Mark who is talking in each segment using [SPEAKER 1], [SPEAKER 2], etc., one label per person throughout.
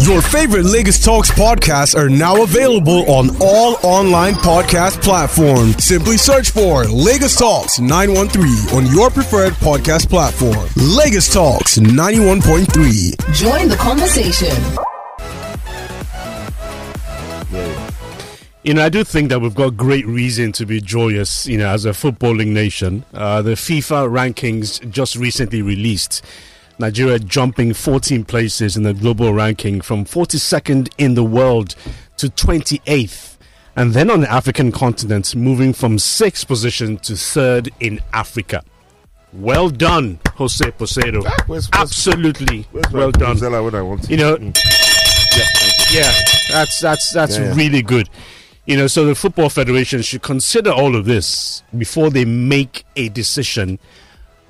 [SPEAKER 1] Your favorite Lagos Talks podcasts are now available on all online podcast platforms. Simply search for Lagos Talks 913 on your preferred podcast platform. Lagos Talks 91.3.
[SPEAKER 2] Join the conversation.
[SPEAKER 3] You know, I do think that we've got great reason to be joyous, you know, as a footballing nation. Uh, the FIFA rankings just recently released. Nigeria jumping 14 places in the global ranking from 42nd in the world to 28th. And then on the African continent, moving from sixth position to third in Africa. Well done, Jose Posedo.
[SPEAKER 4] Ah, where's- where's-
[SPEAKER 3] Absolutely
[SPEAKER 4] Where's my
[SPEAKER 3] Ah, well done.
[SPEAKER 4] Vuvuzela when I want it?
[SPEAKER 3] You know,
[SPEAKER 4] Mm.
[SPEAKER 3] yeah, that's that's that's
[SPEAKER 4] Yeah, yeah.
[SPEAKER 3] really good. You know, so the football federation should consider all of this before they make a decision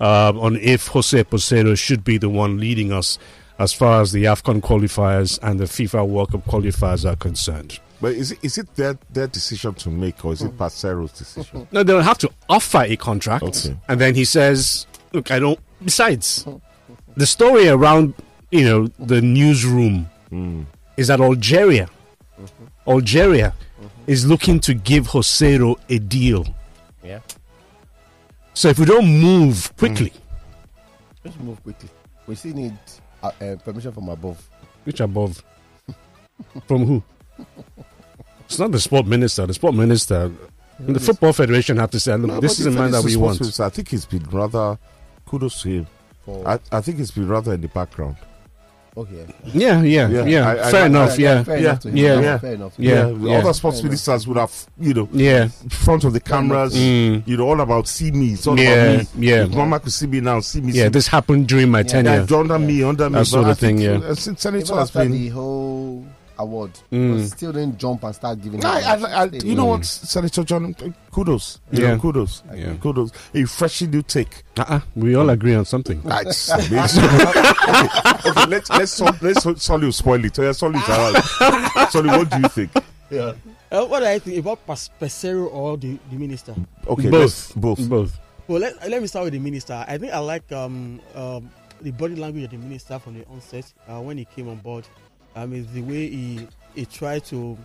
[SPEAKER 3] uh, on if Jose Posero should be the one leading us as far as the Afcon qualifiers and the FIFA World Cup qualifiers are concerned.
[SPEAKER 4] But is it, is it their, their decision to make or is it Parcero's decision?
[SPEAKER 3] No, they'll have to offer a contract,
[SPEAKER 4] Okay.
[SPEAKER 3] and then he says, "Look, I don't." Besides, the story around you know the newsroom
[SPEAKER 4] Hmm.
[SPEAKER 3] is that Algeria,
[SPEAKER 4] Mm-hmm.
[SPEAKER 3] Algeria, is looking to give Josero a deal.
[SPEAKER 5] Yeah.
[SPEAKER 3] So if we don't move quickly,
[SPEAKER 4] Hmm.
[SPEAKER 5] Let's move quickly. We still need uh, uh, permission from above.
[SPEAKER 3] which above, from who? It's not the sport minister. The sport minister, the football federation, have to say, "Look,
[SPEAKER 5] Mm-hmm.
[SPEAKER 4] No,
[SPEAKER 3] this
[SPEAKER 4] but
[SPEAKER 3] is the
[SPEAKER 4] if
[SPEAKER 3] man that
[SPEAKER 4] this
[SPEAKER 3] we
[SPEAKER 4] is
[SPEAKER 3] want."
[SPEAKER 4] possible, I think he's been rather, kudos to him.
[SPEAKER 5] For,
[SPEAKER 4] I, I think he's been rather in the background.
[SPEAKER 5] okay.
[SPEAKER 3] Yeah, yeah, yeah.
[SPEAKER 4] Yeah, I- I-
[SPEAKER 3] fair
[SPEAKER 4] I-
[SPEAKER 3] enough. yeah,
[SPEAKER 5] Fair
[SPEAKER 4] yeah,
[SPEAKER 5] enough to him.
[SPEAKER 3] yeah,
[SPEAKER 4] yeah.
[SPEAKER 5] Fair enough. to
[SPEAKER 3] Yeah,
[SPEAKER 5] him.
[SPEAKER 4] the
[SPEAKER 3] yeah.
[SPEAKER 4] Other sports ministers would have, you know,
[SPEAKER 3] yeah.
[SPEAKER 4] in front of the cameras, you know, all about see me. It's all
[SPEAKER 3] Mm. Yeah,
[SPEAKER 4] about me.
[SPEAKER 3] yeah.
[SPEAKER 4] If Mama could see me now, see me.
[SPEAKER 3] Yeah,
[SPEAKER 4] see
[SPEAKER 3] this happened during my
[SPEAKER 4] me.
[SPEAKER 3] tenure.
[SPEAKER 4] Yeah, under me, under me.
[SPEAKER 3] That
[SPEAKER 4] But
[SPEAKER 3] sort
[SPEAKER 4] I
[SPEAKER 3] of thing,
[SPEAKER 4] think,
[SPEAKER 3] yeah.
[SPEAKER 4] uh, since
[SPEAKER 5] Even
[SPEAKER 4] Senator has
[SPEAKER 5] after
[SPEAKER 4] been.
[SPEAKER 5] the whole award,
[SPEAKER 3] Mm.
[SPEAKER 5] we still didn't jump and start giving.
[SPEAKER 4] No, I,
[SPEAKER 5] him
[SPEAKER 4] I, I,
[SPEAKER 5] a-
[SPEAKER 4] you know
[SPEAKER 6] Mm.
[SPEAKER 4] what, Senator John? Kudos, you
[SPEAKER 3] Yeah.
[SPEAKER 4] know, kudos,
[SPEAKER 3] Yeah.
[SPEAKER 4] kudos. A freshly new take.
[SPEAKER 3] Uh-uh, we all agree on something.
[SPEAKER 4] Ah, it's amazing. okay, okay, let's let's sol- let's sol- Solly spoil it. Yeah, Solly, Solly, what do you think?
[SPEAKER 6] Uh, what do I think about Pas- Pesero or the, the minister?
[SPEAKER 4] Okay, let's-
[SPEAKER 3] both,
[SPEAKER 4] both.
[SPEAKER 3] both.
[SPEAKER 6] Well, let, uh, let me start with the minister. I think I like um, um, the body language of the minister from the onset uh, when he came on board. I mean, the way he he tried to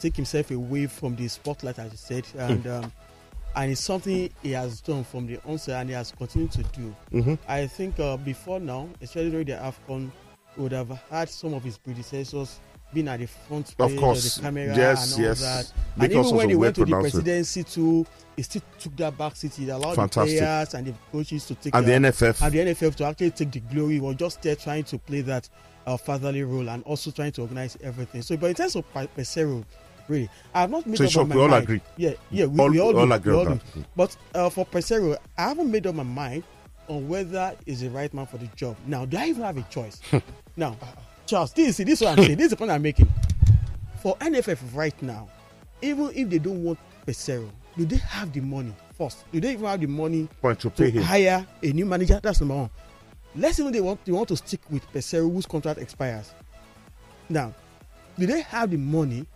[SPEAKER 6] take himself away from the spotlight, as you said,
[SPEAKER 4] Hmm.
[SPEAKER 6] and um, and it's something he has done from the onset and he has continued to do.
[SPEAKER 4] Mm-hmm.
[SPEAKER 6] I think uh, before now, especially during the Afcon, we would have had some of his predecessors being at the front
[SPEAKER 4] Of
[SPEAKER 6] page
[SPEAKER 4] course.
[SPEAKER 6] the camera
[SPEAKER 4] Yes,
[SPEAKER 6] and all
[SPEAKER 4] yes.
[SPEAKER 6] that. And
[SPEAKER 4] Because
[SPEAKER 6] even
[SPEAKER 4] also
[SPEAKER 6] when he
[SPEAKER 4] we're
[SPEAKER 6] went to the
[SPEAKER 4] pronounced it.
[SPEAKER 6] presidency too, he still took that back seat. He allowed
[SPEAKER 4] Fantastic.
[SPEAKER 6] the players and the coaches to take
[SPEAKER 4] And the
[SPEAKER 6] their-
[SPEAKER 4] NFF.
[SPEAKER 6] and the NFF to actually take the glory. We were just there trying to play that uh, fatherly role and also trying to organize everything. So, but in terms of Pa- Pesero, really, I've not made
[SPEAKER 4] So in
[SPEAKER 6] up
[SPEAKER 4] short,
[SPEAKER 6] my
[SPEAKER 4] we all
[SPEAKER 6] mind.
[SPEAKER 4] agree.
[SPEAKER 6] Yeah, yeah, we
[SPEAKER 4] All-
[SPEAKER 6] all, we all,
[SPEAKER 4] we all
[SPEAKER 6] do,
[SPEAKER 4] agree
[SPEAKER 6] we
[SPEAKER 4] on
[SPEAKER 6] all
[SPEAKER 4] that.
[SPEAKER 6] do. But uh, for Pesero, I haven't made up my mind on whether he's the right man for the job. Now, do I even have a choice? now, Charles, this, this is what I'm saying. This is the point I'm making. For NFF right now, even if they don't want Pesero, do they have the money first? Do they even have the money
[SPEAKER 4] Point to pay
[SPEAKER 6] to
[SPEAKER 4] him.
[SPEAKER 6] hire a new manager? That's number one. Let's even they want they want to stick with Pesero whose contract expires. Now, do they have the money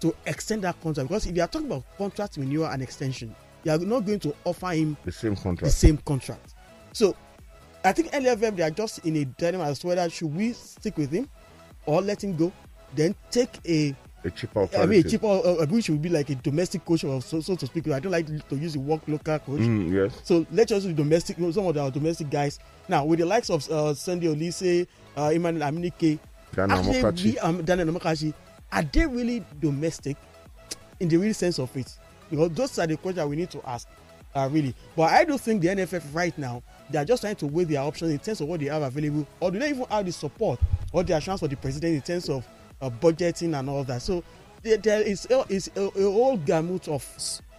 [SPEAKER 6] to extend that contract? Because if you are talking about contract renewal and extension, you are not going to offer him
[SPEAKER 4] The same
[SPEAKER 6] the
[SPEAKER 4] contract.
[SPEAKER 6] same contract. So I think LFM they are just in a dilemma as to whether should we stick with him or let him go, then take a
[SPEAKER 4] A cheaper
[SPEAKER 6] I mean, a
[SPEAKER 4] alternative.
[SPEAKER 6] cheaper, uh, uh, which would be like a domestic coach, or so, so to speak. I don't like to use the word local coach.
[SPEAKER 4] Mm, yes.
[SPEAKER 6] So let's just do domestic, you know, some of our domestic guys. Now, with the likes of uh, Sandy Olise, uh, Emmanuel Aminike,
[SPEAKER 4] Daniel
[SPEAKER 6] actually,
[SPEAKER 4] Amokachi.
[SPEAKER 6] we- um, Daniel Amokachi, are they really domestic in the real sense of it? Because those are the questions that we need to ask, uh, really. But I don't think the NFF right now, they are just trying to weigh their options in terms of what they have available, or do they even have the support or the assurance for the president in terms of uh, budgeting and all that. So there, there is, a- is a, a whole gamut of.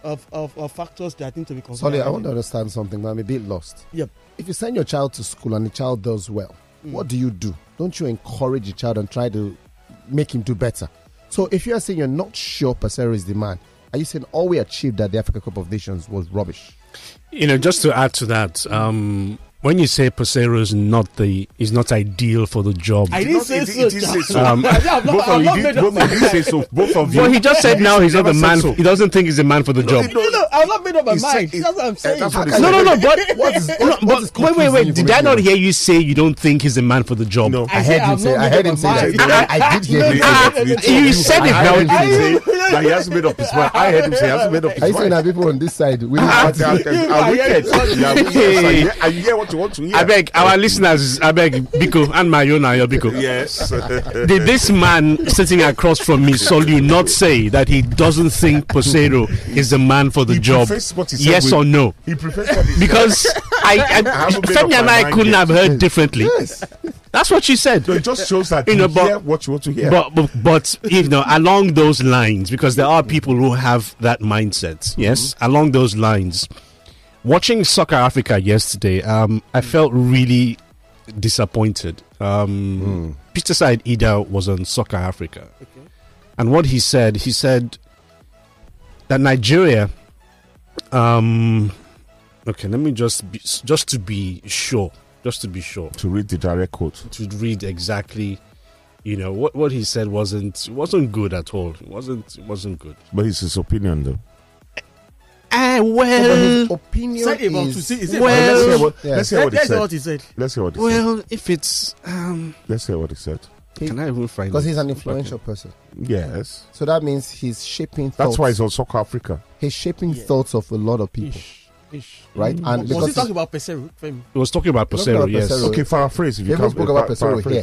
[SPEAKER 6] Of, of, of factors that need to be considered.
[SPEAKER 5] Sorry, I want to understand something, but I'm a bit lost.
[SPEAKER 6] Yep.
[SPEAKER 5] If you send your child to school and the child does well, what do you do? Don't you encourage the child and try to make him do better? So if you are saying you're not sure Pesero is the man, are you saying all we achieved at the Africa Cup of Nations was rubbish?
[SPEAKER 3] You know, just to add to that, um, when you say Posero is not the is not ideal for the job,
[SPEAKER 6] I
[SPEAKER 4] did
[SPEAKER 6] didn't
[SPEAKER 4] not-
[SPEAKER 6] say
[SPEAKER 4] it-
[SPEAKER 6] so.
[SPEAKER 4] it is so.
[SPEAKER 3] Um,
[SPEAKER 6] I've not-
[SPEAKER 4] Both
[SPEAKER 6] I've
[SPEAKER 4] of
[SPEAKER 6] not
[SPEAKER 4] you
[SPEAKER 6] made
[SPEAKER 4] did,
[SPEAKER 6] up
[SPEAKER 4] both
[SPEAKER 6] my
[SPEAKER 4] of you
[SPEAKER 6] mind.
[SPEAKER 4] say so. Both of you.
[SPEAKER 3] well, he just said now he's not the
[SPEAKER 4] never said
[SPEAKER 3] man.
[SPEAKER 4] so.
[SPEAKER 3] He doesn't think he's the man for the job.
[SPEAKER 6] No, no, I've not made up my
[SPEAKER 4] He said
[SPEAKER 6] mind.
[SPEAKER 4] it-
[SPEAKER 6] That's what I'm
[SPEAKER 4] that's
[SPEAKER 6] saying.
[SPEAKER 4] what he
[SPEAKER 3] No, no, no. But,
[SPEAKER 5] What is-
[SPEAKER 3] no,
[SPEAKER 5] what-
[SPEAKER 3] but
[SPEAKER 5] what is
[SPEAKER 3] wait, wait, wait.
[SPEAKER 5] confusing
[SPEAKER 3] Did I not
[SPEAKER 5] information?
[SPEAKER 3] hear you say you don't think he's the man for the job? Ah,
[SPEAKER 4] No.
[SPEAKER 5] I heard
[SPEAKER 6] said
[SPEAKER 5] him
[SPEAKER 6] I've
[SPEAKER 5] say.
[SPEAKER 6] not
[SPEAKER 5] I
[SPEAKER 6] made
[SPEAKER 5] heard
[SPEAKER 6] up
[SPEAKER 5] him
[SPEAKER 6] my
[SPEAKER 5] say that.
[SPEAKER 6] mind.
[SPEAKER 5] I, I did hear
[SPEAKER 6] No,
[SPEAKER 5] him say
[SPEAKER 6] no,
[SPEAKER 5] that.
[SPEAKER 6] no, no, no.
[SPEAKER 3] You said it
[SPEAKER 4] I
[SPEAKER 3] now.
[SPEAKER 4] heard him
[SPEAKER 6] I-
[SPEAKER 4] say that he hasn't made up his mind. I heard him say he hasn't made up his
[SPEAKER 5] Are you
[SPEAKER 4] mind.
[SPEAKER 5] saying that people on this side will
[SPEAKER 4] Ah,
[SPEAKER 5] not
[SPEAKER 4] they are- they
[SPEAKER 6] You
[SPEAKER 4] are
[SPEAKER 6] are
[SPEAKER 4] wicked.
[SPEAKER 6] hearing-
[SPEAKER 4] They are wicked. And you hear what you want to hear.
[SPEAKER 3] I beg our listeners. I beg Biko and my own and your Biko.
[SPEAKER 4] Yes.
[SPEAKER 3] Did this man sitting across from me, Solu, not say that he doesn't think Posero is the man for the
[SPEAKER 4] He
[SPEAKER 3] job?
[SPEAKER 4] prefers what he said
[SPEAKER 3] Yes
[SPEAKER 4] with-
[SPEAKER 3] or no?
[SPEAKER 4] He prefers what he
[SPEAKER 3] Because I, I,
[SPEAKER 4] haven't
[SPEAKER 3] Femi
[SPEAKER 4] made up
[SPEAKER 3] and
[SPEAKER 4] my
[SPEAKER 3] I
[SPEAKER 4] mind
[SPEAKER 3] couldn't
[SPEAKER 4] yet.
[SPEAKER 3] have heard differently.
[SPEAKER 5] Yes.
[SPEAKER 3] That's what she said.
[SPEAKER 4] So it just shows that
[SPEAKER 3] You
[SPEAKER 4] you,
[SPEAKER 3] know, but-
[SPEAKER 4] hear what you want to hear.
[SPEAKER 3] But, but but you know along those lines because there are people who have that mindset. Yes, along those lines. Watching Soccer Africa yesterday, um, I felt really disappointed. Um, Peter Side Ida was on Soccer Africa,
[SPEAKER 6] Okay.
[SPEAKER 3] and what he said, he said that Nigeria. Um, okay, let me just be, just to be sure, just to be sure
[SPEAKER 4] to read the direct quote.
[SPEAKER 3] to read exactly you know what, what he said wasn't wasn't good at all it wasn't it wasn't good
[SPEAKER 4] But it's his opinion though.
[SPEAKER 3] ah
[SPEAKER 5] But
[SPEAKER 3] well
[SPEAKER 5] his opinion
[SPEAKER 6] Eh. Say about
[SPEAKER 5] is-
[SPEAKER 6] to see- is it-
[SPEAKER 3] Well-
[SPEAKER 4] let's hear what,
[SPEAKER 5] Yeah.
[SPEAKER 4] let's hear
[SPEAKER 6] That-
[SPEAKER 4] what he
[SPEAKER 6] That's
[SPEAKER 4] said.
[SPEAKER 6] what he said.
[SPEAKER 4] Let's hear what he said.
[SPEAKER 3] well if it's um
[SPEAKER 4] Let's hear what he said.
[SPEAKER 3] can i even find
[SPEAKER 5] because
[SPEAKER 3] it?
[SPEAKER 5] he's an influential person.
[SPEAKER 4] Yes.
[SPEAKER 5] So that means he's shaping.
[SPEAKER 4] That's
[SPEAKER 5] thoughts.
[SPEAKER 4] why he's on Soccer Africa.
[SPEAKER 5] he's shaping
[SPEAKER 6] Yeah.
[SPEAKER 5] thoughts of a lot of people,
[SPEAKER 6] Ish. Mm. Ish.
[SPEAKER 5] right? And
[SPEAKER 6] Was he
[SPEAKER 5] because
[SPEAKER 6] talking about Pesero? Femi?
[SPEAKER 3] he was talking about
[SPEAKER 5] Talking
[SPEAKER 3] Posero,
[SPEAKER 5] about
[SPEAKER 3] yes
[SPEAKER 5] Pesero.
[SPEAKER 4] Okay, paraphrase if you
[SPEAKER 5] People
[SPEAKER 4] can.
[SPEAKER 5] spoke about Pesero here.
[SPEAKER 6] Yeah,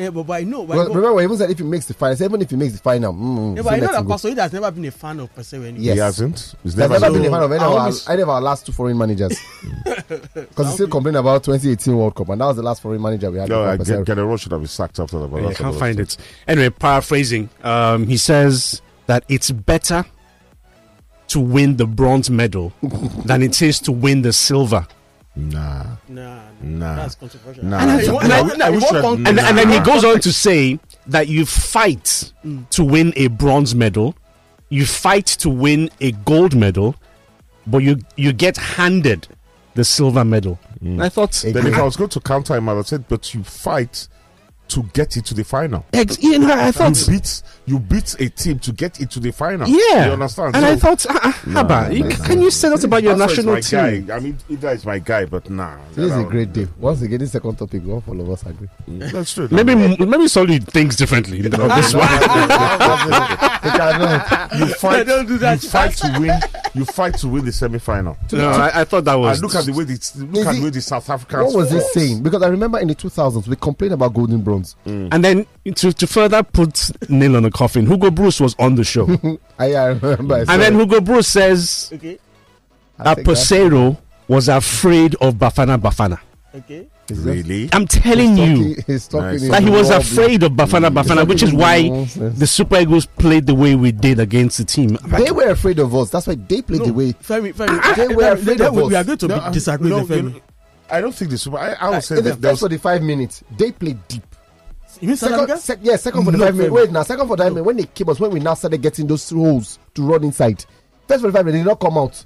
[SPEAKER 6] Eh, but, but I know. But
[SPEAKER 5] well,
[SPEAKER 6] I know,
[SPEAKER 5] remember, we even said if he makes the final, I said even if he makes the final, mm,
[SPEAKER 6] yeah, but I
[SPEAKER 5] still let
[SPEAKER 6] know that
[SPEAKER 5] him go.
[SPEAKER 6] Pastor Ida has never been a fan of Pesero anyway.
[SPEAKER 5] Yes.
[SPEAKER 4] He hasn't. He's
[SPEAKER 5] There's
[SPEAKER 4] never,
[SPEAKER 5] never
[SPEAKER 4] been
[SPEAKER 5] been a
[SPEAKER 6] So,
[SPEAKER 5] fan of any
[SPEAKER 6] I
[SPEAKER 5] of, our,
[SPEAKER 6] always-
[SPEAKER 5] any of our last two foreign managers. Because he still
[SPEAKER 6] Okay.
[SPEAKER 5] complained about 2018 World Cup, and that was the last foreign manager we had.
[SPEAKER 4] No,
[SPEAKER 5] before
[SPEAKER 4] I
[SPEAKER 5] Pesero.
[SPEAKER 4] get, General should have been sacked after that. but
[SPEAKER 3] i
[SPEAKER 4] that's
[SPEAKER 3] can't
[SPEAKER 4] another
[SPEAKER 3] find
[SPEAKER 4] story.
[SPEAKER 3] it anyway paraphrasing um he says that it's better to win the bronze medal than it is to win the silver
[SPEAKER 4] Nah,
[SPEAKER 6] Nah, nah,
[SPEAKER 4] Nah.
[SPEAKER 6] that's controversial.
[SPEAKER 4] nah.
[SPEAKER 3] And I-
[SPEAKER 6] You
[SPEAKER 4] nah,
[SPEAKER 6] want-
[SPEAKER 3] and I-
[SPEAKER 6] you want-
[SPEAKER 4] I
[SPEAKER 6] you
[SPEAKER 4] wish
[SPEAKER 6] want
[SPEAKER 4] that-
[SPEAKER 6] con-
[SPEAKER 3] and, and then he
[SPEAKER 4] Nah.
[SPEAKER 3] goes on to say that you fight to win a bronze medal, you fight to win a gold medal, but you you get handed the silver medal.
[SPEAKER 4] Mm.
[SPEAKER 3] And I thought,
[SPEAKER 5] Ex-
[SPEAKER 4] Then if I was going to counter him, I would have said, but you fight to get into the final.
[SPEAKER 3] ex- you know, I
[SPEAKER 4] You
[SPEAKER 3] thought,
[SPEAKER 4] beat you beat a team to get into the final.
[SPEAKER 3] yeah,
[SPEAKER 4] you understand?
[SPEAKER 3] And
[SPEAKER 4] So-
[SPEAKER 3] I thought, ah, ah, Haba, you- can you say that about your
[SPEAKER 4] That's
[SPEAKER 3] national
[SPEAKER 4] why he's my
[SPEAKER 3] team?
[SPEAKER 4] Guy. I mean, Ida is my guy, but nah.
[SPEAKER 5] This is
[SPEAKER 4] Nah,
[SPEAKER 5] a great day. Once again, this second topic, all all of us agree.
[SPEAKER 4] That's true.
[SPEAKER 3] Maybe maybe Solly thinks differently. about this one.
[SPEAKER 5] They cannot-
[SPEAKER 4] you fight.
[SPEAKER 6] don't do that.
[SPEAKER 4] You fight to win. You fight to win the semi-final.
[SPEAKER 3] No, I, I thought that was.
[SPEAKER 4] And look at the way the look at the way the South Africans.
[SPEAKER 5] what was he
[SPEAKER 4] fought.
[SPEAKER 5] saying? Because I remember in the 2000s, we complained about golden bronze.
[SPEAKER 3] Mm. and then to, to further put nail on the coffin, Hugo Bruce was on the show, and
[SPEAKER 5] I, I remember. I said-
[SPEAKER 3] then Hugo Bruce says
[SPEAKER 6] Okay,
[SPEAKER 5] I
[SPEAKER 3] that
[SPEAKER 5] think that's-
[SPEAKER 3] Posero was afraid of Bafana Bafana.
[SPEAKER 6] okay.
[SPEAKER 5] it's just-
[SPEAKER 4] Really?
[SPEAKER 3] I'm telling you
[SPEAKER 5] talking- he's talking
[SPEAKER 4] Nice.
[SPEAKER 5] in
[SPEAKER 3] that he was
[SPEAKER 5] raw
[SPEAKER 3] afraid of Bafana Bafana, which is why
[SPEAKER 5] nonsense.
[SPEAKER 3] the Super Eagles played the way we did against the team.
[SPEAKER 5] They were afraid of us. That's why they played the way.
[SPEAKER 6] Femi, Femi,
[SPEAKER 5] They
[SPEAKER 6] Femi,
[SPEAKER 5] were
[SPEAKER 6] Femi,
[SPEAKER 5] afraid
[SPEAKER 6] they-
[SPEAKER 5] of
[SPEAKER 6] we- We
[SPEAKER 5] us.
[SPEAKER 6] are going to
[SPEAKER 4] No,
[SPEAKER 6] be
[SPEAKER 4] I-
[SPEAKER 6] disagree
[SPEAKER 4] no,
[SPEAKER 6] with Femi.
[SPEAKER 4] you know, I don't think the super. I, I would say
[SPEAKER 5] In the
[SPEAKER 4] that there
[SPEAKER 5] first
[SPEAKER 4] was
[SPEAKER 5] 45 minutes, they played deep.
[SPEAKER 6] You mean South
[SPEAKER 5] Second,
[SPEAKER 6] Africa?
[SPEAKER 5] sec, yeah, second
[SPEAKER 6] No,
[SPEAKER 5] 45 minutes.
[SPEAKER 6] Femi.
[SPEAKER 5] Wait now, second 45 minutes. When they came us, when we now started getting those holes to run inside. First 45 minutes, they did not come out.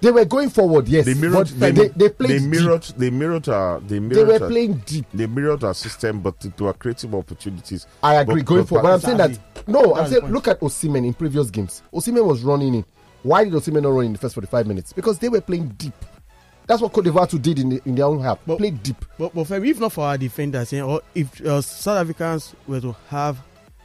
[SPEAKER 5] They were going forward, yes.
[SPEAKER 4] they mirrored.
[SPEAKER 5] but they, they
[SPEAKER 4] They
[SPEAKER 5] played deep.
[SPEAKER 4] mirrored. They mirrored. Uh, they
[SPEAKER 5] They
[SPEAKER 4] mirrored.
[SPEAKER 5] were
[SPEAKER 4] uh,
[SPEAKER 5] playing deep.
[SPEAKER 4] they mirrored our system, but they were creative opportunities.
[SPEAKER 5] I agree,
[SPEAKER 4] But-
[SPEAKER 5] going
[SPEAKER 4] but-
[SPEAKER 5] forward. But I'm saying that
[SPEAKER 6] Exactly.
[SPEAKER 5] no,
[SPEAKER 6] That's
[SPEAKER 5] I'm
[SPEAKER 6] the
[SPEAKER 5] saying
[SPEAKER 6] point.
[SPEAKER 5] look at Osimen in previous games. Osimen was running in. Why did Osimen not run in the first 45 minutes? Because they were playing deep. That's what Cote d'Ivoire too did in, the, in their own half.
[SPEAKER 6] But-
[SPEAKER 5] Played deep.
[SPEAKER 6] But, but Femi, if not for our defenders, yeah, or if uh, South Africans were to have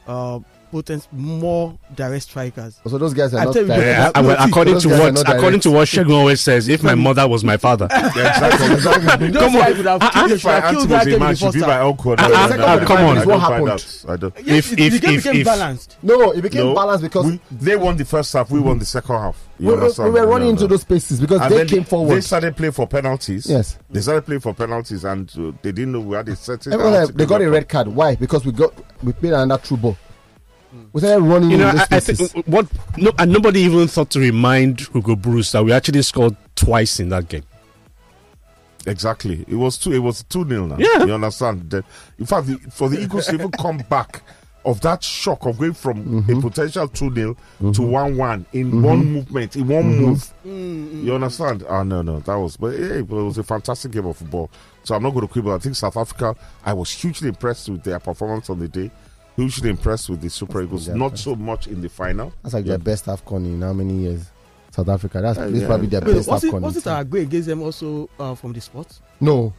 [SPEAKER 6] uh, potent, more direct strikers,
[SPEAKER 5] So those guys are
[SPEAKER 6] I
[SPEAKER 5] not.
[SPEAKER 6] tell you,
[SPEAKER 5] direct.
[SPEAKER 3] Yeah,
[SPEAKER 5] No,
[SPEAKER 3] well,
[SPEAKER 5] see,
[SPEAKER 3] according
[SPEAKER 5] those
[SPEAKER 3] to
[SPEAKER 5] guys are
[SPEAKER 3] what
[SPEAKER 5] not
[SPEAKER 3] according
[SPEAKER 5] direct.
[SPEAKER 3] to what Shegun always says, if my mother was my father,
[SPEAKER 6] those
[SPEAKER 3] Come on.
[SPEAKER 6] guys would have killed, they
[SPEAKER 4] If
[SPEAKER 6] should
[SPEAKER 4] my
[SPEAKER 6] have
[SPEAKER 4] auntie
[SPEAKER 6] killed
[SPEAKER 4] was
[SPEAKER 6] that
[SPEAKER 4] a
[SPEAKER 6] game
[SPEAKER 4] man,
[SPEAKER 6] before
[SPEAKER 4] she'd be
[SPEAKER 6] start.
[SPEAKER 4] my uncle.
[SPEAKER 3] Ah,
[SPEAKER 4] No,
[SPEAKER 3] ah,
[SPEAKER 4] no,
[SPEAKER 3] ah,
[SPEAKER 4] no,
[SPEAKER 3] come
[SPEAKER 4] I
[SPEAKER 3] on.
[SPEAKER 4] don't
[SPEAKER 5] What
[SPEAKER 4] find
[SPEAKER 5] happened?
[SPEAKER 4] out. I don't.
[SPEAKER 6] Yes,
[SPEAKER 3] If-
[SPEAKER 6] it- the
[SPEAKER 3] if-
[SPEAKER 6] game
[SPEAKER 3] if-
[SPEAKER 6] became
[SPEAKER 3] if-
[SPEAKER 6] balanced.
[SPEAKER 5] No, it became
[SPEAKER 4] No,
[SPEAKER 5] balanced because Mm.
[SPEAKER 4] we, they won the first half. We won the second half. You
[SPEAKER 5] we, we-
[SPEAKER 4] understand?
[SPEAKER 5] we were running
[SPEAKER 4] No,
[SPEAKER 5] into
[SPEAKER 4] no.
[SPEAKER 5] those spaces because
[SPEAKER 4] And
[SPEAKER 5] they
[SPEAKER 4] then
[SPEAKER 5] came
[SPEAKER 4] They
[SPEAKER 5] forward.
[SPEAKER 4] started playing for penalties.
[SPEAKER 5] Yes.
[SPEAKER 4] They started playing for penalties, and uh, they didn't know we had a certain.
[SPEAKER 5] Everyone
[SPEAKER 4] penalty
[SPEAKER 5] had- eh, they got a
[SPEAKER 4] kicker.
[SPEAKER 5] red card. Why? Because we got we played another true ball. We started running
[SPEAKER 3] you know,
[SPEAKER 5] into those
[SPEAKER 3] I, I
[SPEAKER 5] spaces.
[SPEAKER 3] think what no, and nobody even thought to remind Hugo Bruce that we actually scored twice in that game.
[SPEAKER 4] Exactly. It was two. It was two nil now.
[SPEAKER 3] Yeah.
[SPEAKER 4] You understand? The- in fact, the, for the Eagles to even come back of that shock of going from
[SPEAKER 5] Mm-hmm.
[SPEAKER 4] a potential 2 0 to 1 1 in one movement, in one
[SPEAKER 5] Mm-hmm.
[SPEAKER 4] move.
[SPEAKER 6] Mm-hmm.
[SPEAKER 4] You understand? Ah, no, no, that was, but hey, but it was a fantastic game of football. So I'm not going to quibble. I think South Africa, I was hugely impressed with their performance on the day, hugely impressed with the Super Eagles, not so much in the final.
[SPEAKER 5] That's like their best AFCON in how many years? South Africa. That's this is
[SPEAKER 4] yeah.
[SPEAKER 5] probably their
[SPEAKER 6] Uh, Wait,
[SPEAKER 5] best
[SPEAKER 6] was it
[SPEAKER 5] AFCON.
[SPEAKER 6] was
[SPEAKER 5] in
[SPEAKER 6] it our goal against them also uh, from the spot?
[SPEAKER 5] No.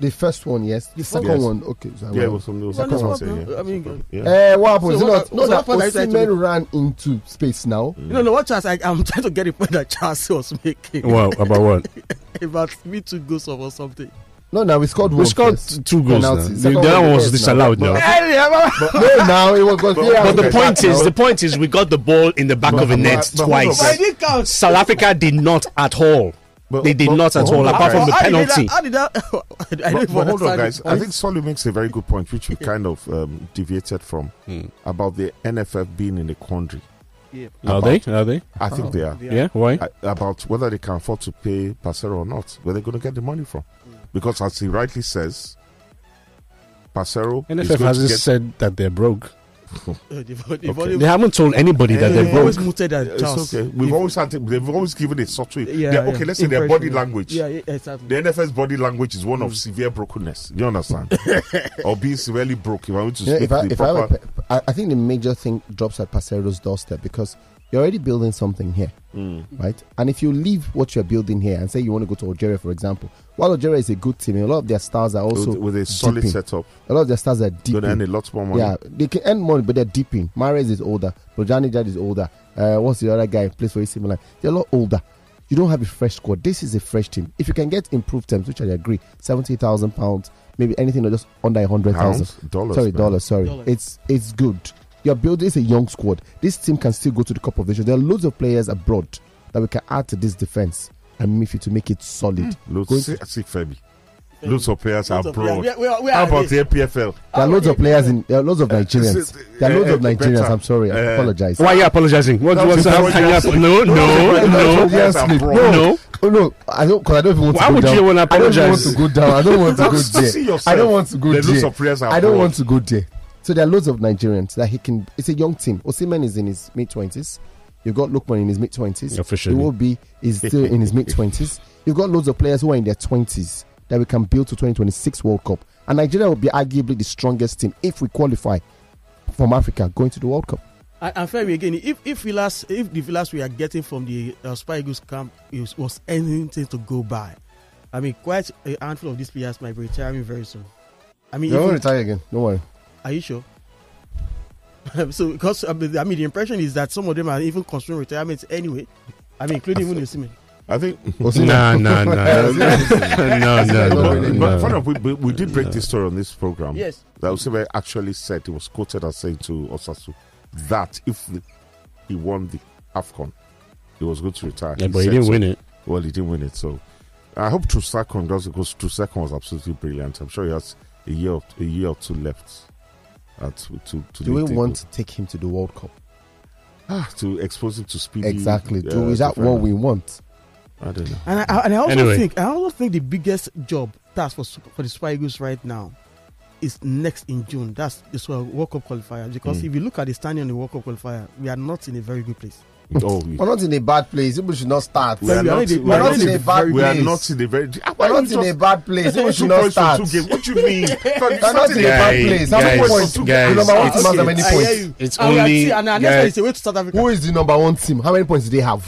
[SPEAKER 5] The first one, yes. The
[SPEAKER 6] The
[SPEAKER 5] second
[SPEAKER 4] first-
[SPEAKER 5] one, okay. so I
[SPEAKER 4] Yeah, it
[SPEAKER 5] will-
[SPEAKER 4] was on the
[SPEAKER 6] Second
[SPEAKER 4] second
[SPEAKER 6] one,
[SPEAKER 4] one. say,
[SPEAKER 6] no? I mean,
[SPEAKER 4] yeah.
[SPEAKER 5] Eh, what happened?
[SPEAKER 6] So
[SPEAKER 5] You know,
[SPEAKER 6] what-
[SPEAKER 5] no,
[SPEAKER 6] so
[SPEAKER 5] that
[SPEAKER 6] what happened I tried to Mm.
[SPEAKER 5] Osimhen ran into space now.
[SPEAKER 6] You
[SPEAKER 4] Hmm.
[SPEAKER 6] know, no, what chance? I, I'm trying to get a point that Chelsea was making
[SPEAKER 3] Well, about what?
[SPEAKER 6] about me two goals up or something.
[SPEAKER 5] No, now we scored one.
[SPEAKER 3] We scored
[SPEAKER 5] first.
[SPEAKER 3] two goals. Now.
[SPEAKER 5] Penalty.
[SPEAKER 3] The
[SPEAKER 5] Second
[SPEAKER 3] other one was
[SPEAKER 5] first now.
[SPEAKER 3] disallowed now.
[SPEAKER 5] no, now it was going.
[SPEAKER 4] But
[SPEAKER 3] But the
[SPEAKER 4] Okay.
[SPEAKER 3] point is, the point is, we got the ball in the back of the
[SPEAKER 4] but-
[SPEAKER 3] net
[SPEAKER 4] but hold on,
[SPEAKER 3] twice.
[SPEAKER 4] but I
[SPEAKER 6] didn't count.
[SPEAKER 3] South Africa did not at all.
[SPEAKER 4] But-
[SPEAKER 3] they did
[SPEAKER 4] but-
[SPEAKER 3] not at
[SPEAKER 4] but
[SPEAKER 3] all,
[SPEAKER 4] hold on,
[SPEAKER 3] apart from the
[SPEAKER 4] guys.
[SPEAKER 3] penalty.
[SPEAKER 6] How did that? How did that I
[SPEAKER 4] But,
[SPEAKER 6] don't
[SPEAKER 4] but hold on,
[SPEAKER 6] understand
[SPEAKER 4] guys.
[SPEAKER 6] this
[SPEAKER 4] I
[SPEAKER 6] point.
[SPEAKER 4] think Solu makes a very good point, which we kind of um, deviated from
[SPEAKER 6] Hmm.
[SPEAKER 4] about the NFF being in the quandary.
[SPEAKER 3] Are they? Are they?
[SPEAKER 4] I think they are.
[SPEAKER 6] they
[SPEAKER 3] Yeah. Why?
[SPEAKER 4] I- about whether they can afford to pay Parcero or not, where they're going to get the money from.
[SPEAKER 6] Hmm.
[SPEAKER 4] Because as he rightly says, Parcero is
[SPEAKER 3] NFF
[SPEAKER 4] going to
[SPEAKER 3] hasn't
[SPEAKER 4] get
[SPEAKER 3] said that they're broke.
[SPEAKER 6] Uh, they've, they've
[SPEAKER 4] Okay.
[SPEAKER 6] already,
[SPEAKER 3] They haven't told anybody that they're
[SPEAKER 6] they've
[SPEAKER 3] broke.
[SPEAKER 6] always muted that
[SPEAKER 4] It's
[SPEAKER 6] chance.
[SPEAKER 4] okay. We've always had. to- They've always given a subtle.
[SPEAKER 6] Yeah,
[SPEAKER 4] Yeah, okay,
[SPEAKER 6] yeah.
[SPEAKER 4] let's say their
[SPEAKER 6] Impression,
[SPEAKER 4] body
[SPEAKER 6] yeah.
[SPEAKER 4] language.
[SPEAKER 6] Yeah, yeah, exactly.
[SPEAKER 4] The NFS body language is one
[SPEAKER 5] Hmm.
[SPEAKER 4] of severe brokenness. You understand? or being severely broke. If I want to
[SPEAKER 5] Yeah,
[SPEAKER 4] speak
[SPEAKER 5] if I,
[SPEAKER 4] the
[SPEAKER 5] if I, were
[SPEAKER 4] proper.
[SPEAKER 5] pe- I, I think the major thing drops at Pasero's doorstep because you're already building something here, right? And if you leave what you're building here and say you want to go to Algeria, for example, while Algeria is a good team, a lot of their stars are also
[SPEAKER 4] with, with a solid
[SPEAKER 5] deep in.
[SPEAKER 4] setup,
[SPEAKER 5] A lot of their stars are
[SPEAKER 4] going to earn a
[SPEAKER 5] deeping.
[SPEAKER 4] lot more money.
[SPEAKER 5] Yeah, they can earn money, but they're deeping. Mares is older, Bojanijad is older. Uh, what's the other guy plays for AC Milan? They're a lot older. You don't have a fresh squad. This is a fresh team. If you can get improved terms, which I agree, seventy thousand pounds, maybe anything or just under a hundred thousand.
[SPEAKER 4] Pounds, dollars,
[SPEAKER 5] Sorry,
[SPEAKER 4] man.
[SPEAKER 5] dollars. Sorry,
[SPEAKER 6] Dollars.
[SPEAKER 5] it's it's good. You're building it's a young squad. This team can still go to the Cup of Nations. There are loads of players abroad that we can add to this defense and Mifi to make it solid. Going
[SPEAKER 4] Loads, see,
[SPEAKER 5] to-
[SPEAKER 4] see Femi. Loads of players
[SPEAKER 6] Loads
[SPEAKER 4] abroad.
[SPEAKER 6] of players. Where- where- where
[SPEAKER 4] How
[SPEAKER 6] are
[SPEAKER 4] about
[SPEAKER 6] they?
[SPEAKER 4] the APFL?
[SPEAKER 5] there are loads of
[SPEAKER 6] okay.
[SPEAKER 5] players in. There are loads of Nigerians.
[SPEAKER 4] Eh, is it-
[SPEAKER 5] There are loads
[SPEAKER 4] uh,
[SPEAKER 5] of Nigerians.
[SPEAKER 4] better.
[SPEAKER 5] I'm sorry. I
[SPEAKER 4] Uh,
[SPEAKER 5] apologize.
[SPEAKER 3] Why are you apologizing? What,
[SPEAKER 4] That
[SPEAKER 3] what's
[SPEAKER 4] was a
[SPEAKER 3] how can you?
[SPEAKER 4] apology.
[SPEAKER 3] ap- No, no, no.
[SPEAKER 4] Nigerians are
[SPEAKER 5] Obviously.
[SPEAKER 4] broke.
[SPEAKER 5] no,
[SPEAKER 3] No.
[SPEAKER 5] Oh, no, I don't because I don't even want
[SPEAKER 3] Why
[SPEAKER 5] to go
[SPEAKER 3] would
[SPEAKER 5] down.
[SPEAKER 3] you wanna
[SPEAKER 5] I
[SPEAKER 3] apologize?
[SPEAKER 5] don't want to go down. I don't want to go
[SPEAKER 4] See
[SPEAKER 5] there.
[SPEAKER 4] yourself.
[SPEAKER 5] I don't want to go
[SPEAKER 4] The looks of prayers
[SPEAKER 5] there.
[SPEAKER 4] are
[SPEAKER 5] I don't
[SPEAKER 4] broad.
[SPEAKER 5] want to go there. So there are loads of Nigerians that he can. It's a young team. Osimhen is in his mid twenties. You've got Lukman in his mid twenties.
[SPEAKER 3] Officially.
[SPEAKER 5] Iwobi is still in his mid twenties. You've got loads of players who are in their twenties that we can build to 2026 World Cup. And Nigeria will be arguably the strongest team if we qualify from Africa going to the World Cup.
[SPEAKER 6] And, and Femi again, if if Villas, if the Villas we are getting from the uh, Spy Eagles camp is, was anything to go by, I mean, quite a handful of these players might be retiring very soon. I mean,
[SPEAKER 5] They won't
[SPEAKER 6] even-
[SPEAKER 5] retire again. Don't worry.
[SPEAKER 6] are you sure? so, because I mean, I mean, the impression is that some of them are even considering retirement anyway. I mean, including even Osimhen.
[SPEAKER 4] I think.
[SPEAKER 3] No, no, no. No, no,
[SPEAKER 4] but,
[SPEAKER 3] no.
[SPEAKER 5] really.
[SPEAKER 4] but
[SPEAKER 3] no.
[SPEAKER 4] funny enough, we, we, we did break this story on this program.
[SPEAKER 6] Yes.
[SPEAKER 4] That Osimhen actually said, he was quoted as saying to Osasu that if the, he won the AFCON, he was going to retire.
[SPEAKER 3] Yeah, but he
[SPEAKER 4] said
[SPEAKER 3] didn't
[SPEAKER 4] so.
[SPEAKER 3] win it.
[SPEAKER 4] Well, he didn't win it, so I hope Trusakon does because Trusakon was absolutely brilliant. I'm sure he has a year, or- a year or two left. uh, to, to, to
[SPEAKER 5] Do we
[SPEAKER 4] lead the
[SPEAKER 5] want
[SPEAKER 4] group.
[SPEAKER 5] to take him to the World Cup?
[SPEAKER 4] Ah, to expose him to speed?
[SPEAKER 5] Exactly. Do is that what we want?
[SPEAKER 4] I don't know.
[SPEAKER 6] And I, I- and I also
[SPEAKER 3] Anyway.
[SPEAKER 6] think I also think the biggest job task for Sup- for the Super Eagles right now is next in June. That's the Super World Cup qualifier because
[SPEAKER 3] Hmm.
[SPEAKER 6] if you look at the standing on the World Cup qualifier, we are not in a very good place.
[SPEAKER 4] Oh,
[SPEAKER 5] We're not in a bad place. People should not start.
[SPEAKER 4] We are
[SPEAKER 6] We are
[SPEAKER 4] not
[SPEAKER 6] already-
[SPEAKER 4] we
[SPEAKER 6] we
[SPEAKER 4] are
[SPEAKER 6] are
[SPEAKER 4] not
[SPEAKER 6] already
[SPEAKER 4] in a
[SPEAKER 6] in a
[SPEAKER 4] very
[SPEAKER 5] bad
[SPEAKER 4] we are
[SPEAKER 5] place.
[SPEAKER 4] not in a very Ah, why
[SPEAKER 5] We're
[SPEAKER 4] you
[SPEAKER 5] not in
[SPEAKER 4] just-
[SPEAKER 5] a bad place. People
[SPEAKER 4] Two
[SPEAKER 5] should not
[SPEAKER 4] points from
[SPEAKER 5] start.
[SPEAKER 4] two
[SPEAKER 5] We're
[SPEAKER 4] games. What do you mean?
[SPEAKER 5] not in a bad
[SPEAKER 3] Guys,
[SPEAKER 5] place. How many
[SPEAKER 3] guys,
[SPEAKER 5] points?
[SPEAKER 3] guys,
[SPEAKER 5] The number one team
[SPEAKER 3] it's-
[SPEAKER 5] has how many
[SPEAKER 6] I hear
[SPEAKER 5] points?
[SPEAKER 6] you.
[SPEAKER 3] It's
[SPEAKER 6] And we are
[SPEAKER 3] only-
[SPEAKER 6] still- and our
[SPEAKER 3] yeah.
[SPEAKER 6] next one is away to South Africa.
[SPEAKER 5] Who is the number one team? How many points do they have?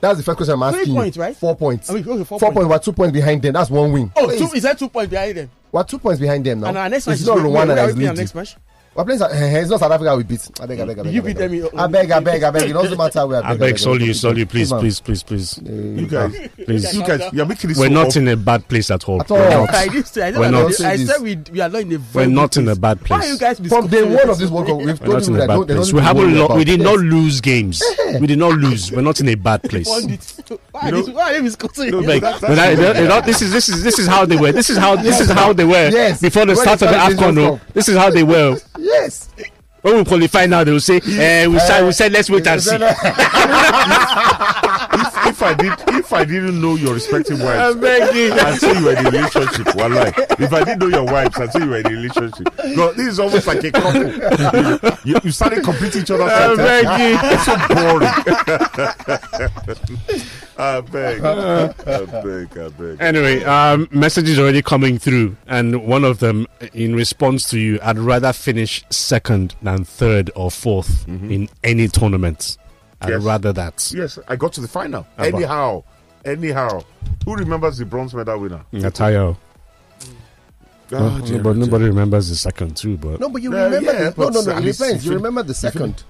[SPEAKER 5] That's the first question I'm
[SPEAKER 6] Three
[SPEAKER 5] asking. you.
[SPEAKER 6] points, right?
[SPEAKER 5] Four points.
[SPEAKER 6] I mean, okay,
[SPEAKER 5] four
[SPEAKER 6] four
[SPEAKER 5] points.
[SPEAKER 6] points.
[SPEAKER 5] We're two points behind them. That's one win.
[SPEAKER 6] Oh,
[SPEAKER 5] Please.
[SPEAKER 6] two, is that two points behind them?
[SPEAKER 5] We're two points behind them now.
[SPEAKER 6] And our next match
[SPEAKER 5] it's
[SPEAKER 6] is
[SPEAKER 5] not
[SPEAKER 6] wait, wait,
[SPEAKER 5] Rwanda
[SPEAKER 6] wait,
[SPEAKER 5] that
[SPEAKER 6] are we
[SPEAKER 5] is
[SPEAKER 6] playing our
[SPEAKER 5] leading.
[SPEAKER 6] next match.
[SPEAKER 5] We're playing. South- eh, It's not South Africa. We beat. I beg. I beg. I beg.
[SPEAKER 6] You
[SPEAKER 5] I
[SPEAKER 6] beat
[SPEAKER 5] beg,
[SPEAKER 6] them, you-
[SPEAKER 5] I beg. I beg. I beg. It doesn't matter where.
[SPEAKER 3] I beg, Solu, Solu, please, please, please, please.
[SPEAKER 4] You guys,
[SPEAKER 3] Please.
[SPEAKER 4] you guys, you're making this
[SPEAKER 3] We're
[SPEAKER 4] so
[SPEAKER 3] not
[SPEAKER 4] up.
[SPEAKER 3] in a bad place at all.
[SPEAKER 5] At all.
[SPEAKER 6] I did say, I, said
[SPEAKER 3] We're
[SPEAKER 6] I
[SPEAKER 3] not-
[SPEAKER 6] said- I
[SPEAKER 5] Say
[SPEAKER 6] said we, we are not in a very
[SPEAKER 3] We're
[SPEAKER 6] good
[SPEAKER 3] not in a
[SPEAKER 6] place.
[SPEAKER 3] bad
[SPEAKER 6] Why are you
[SPEAKER 3] place.
[SPEAKER 6] guys
[SPEAKER 5] From day
[SPEAKER 6] discussing
[SPEAKER 5] one of this World Cup, we've
[SPEAKER 3] We're
[SPEAKER 5] told
[SPEAKER 3] not in
[SPEAKER 5] you
[SPEAKER 3] a
[SPEAKER 5] that
[SPEAKER 3] bad
[SPEAKER 5] don't, they
[SPEAKER 3] place.
[SPEAKER 5] don't
[SPEAKER 3] We
[SPEAKER 5] need to
[SPEAKER 3] haven't.
[SPEAKER 5] worry
[SPEAKER 3] Lo-
[SPEAKER 5] about
[SPEAKER 3] we did
[SPEAKER 5] it.
[SPEAKER 3] not lose games. We did not lose. We're not in a bad place.
[SPEAKER 6] pundits? Why are you- why are you discussing?
[SPEAKER 4] No,
[SPEAKER 3] Like,
[SPEAKER 4] That's-
[SPEAKER 3] when I- you know, this is this is this is how they were. This is how this is how they were
[SPEAKER 5] Yes.
[SPEAKER 3] before the
[SPEAKER 5] When
[SPEAKER 3] start
[SPEAKER 5] they
[SPEAKER 3] of the Afcon.
[SPEAKER 5] started this
[SPEAKER 3] oh.
[SPEAKER 5] World
[SPEAKER 3] This is how they were.
[SPEAKER 5] Yes.
[SPEAKER 3] When we qualify now, they will say, eh, "We said we said let's wait and see."
[SPEAKER 4] If, if I did, if I didn't know your respective wives
[SPEAKER 3] beg you.
[SPEAKER 4] until you were in a relationship, well, like if I didn't know your wives until you were in a relationship, no, this is almost like a couple. you, you started competing each other's
[SPEAKER 3] I
[SPEAKER 4] attention.
[SPEAKER 3] beg you.
[SPEAKER 4] It's so boring. I beg, I beg, I beg.
[SPEAKER 3] Anyway, um, messages already coming through, and one of them, in response to you, I'd rather finish second than third or 4th in any tournament. I'd
[SPEAKER 4] Yes.
[SPEAKER 3] rather that.
[SPEAKER 4] Yes, I got to the final.
[SPEAKER 3] Ah, but-
[SPEAKER 4] Anyhow, anyhow. Who remembers the bronze medal winner?
[SPEAKER 5] Hmm.
[SPEAKER 3] Natayo.
[SPEAKER 5] Oh,
[SPEAKER 4] Ah, Jerry,
[SPEAKER 3] but nobody remembers the second too. But
[SPEAKER 5] No, but you
[SPEAKER 4] Yeah,
[SPEAKER 5] remember.
[SPEAKER 4] yeah,
[SPEAKER 5] the, no,
[SPEAKER 4] but
[SPEAKER 5] no, no. It
[SPEAKER 4] at least
[SPEAKER 5] depends.
[SPEAKER 4] if
[SPEAKER 5] You
[SPEAKER 4] you-
[SPEAKER 5] remember the second.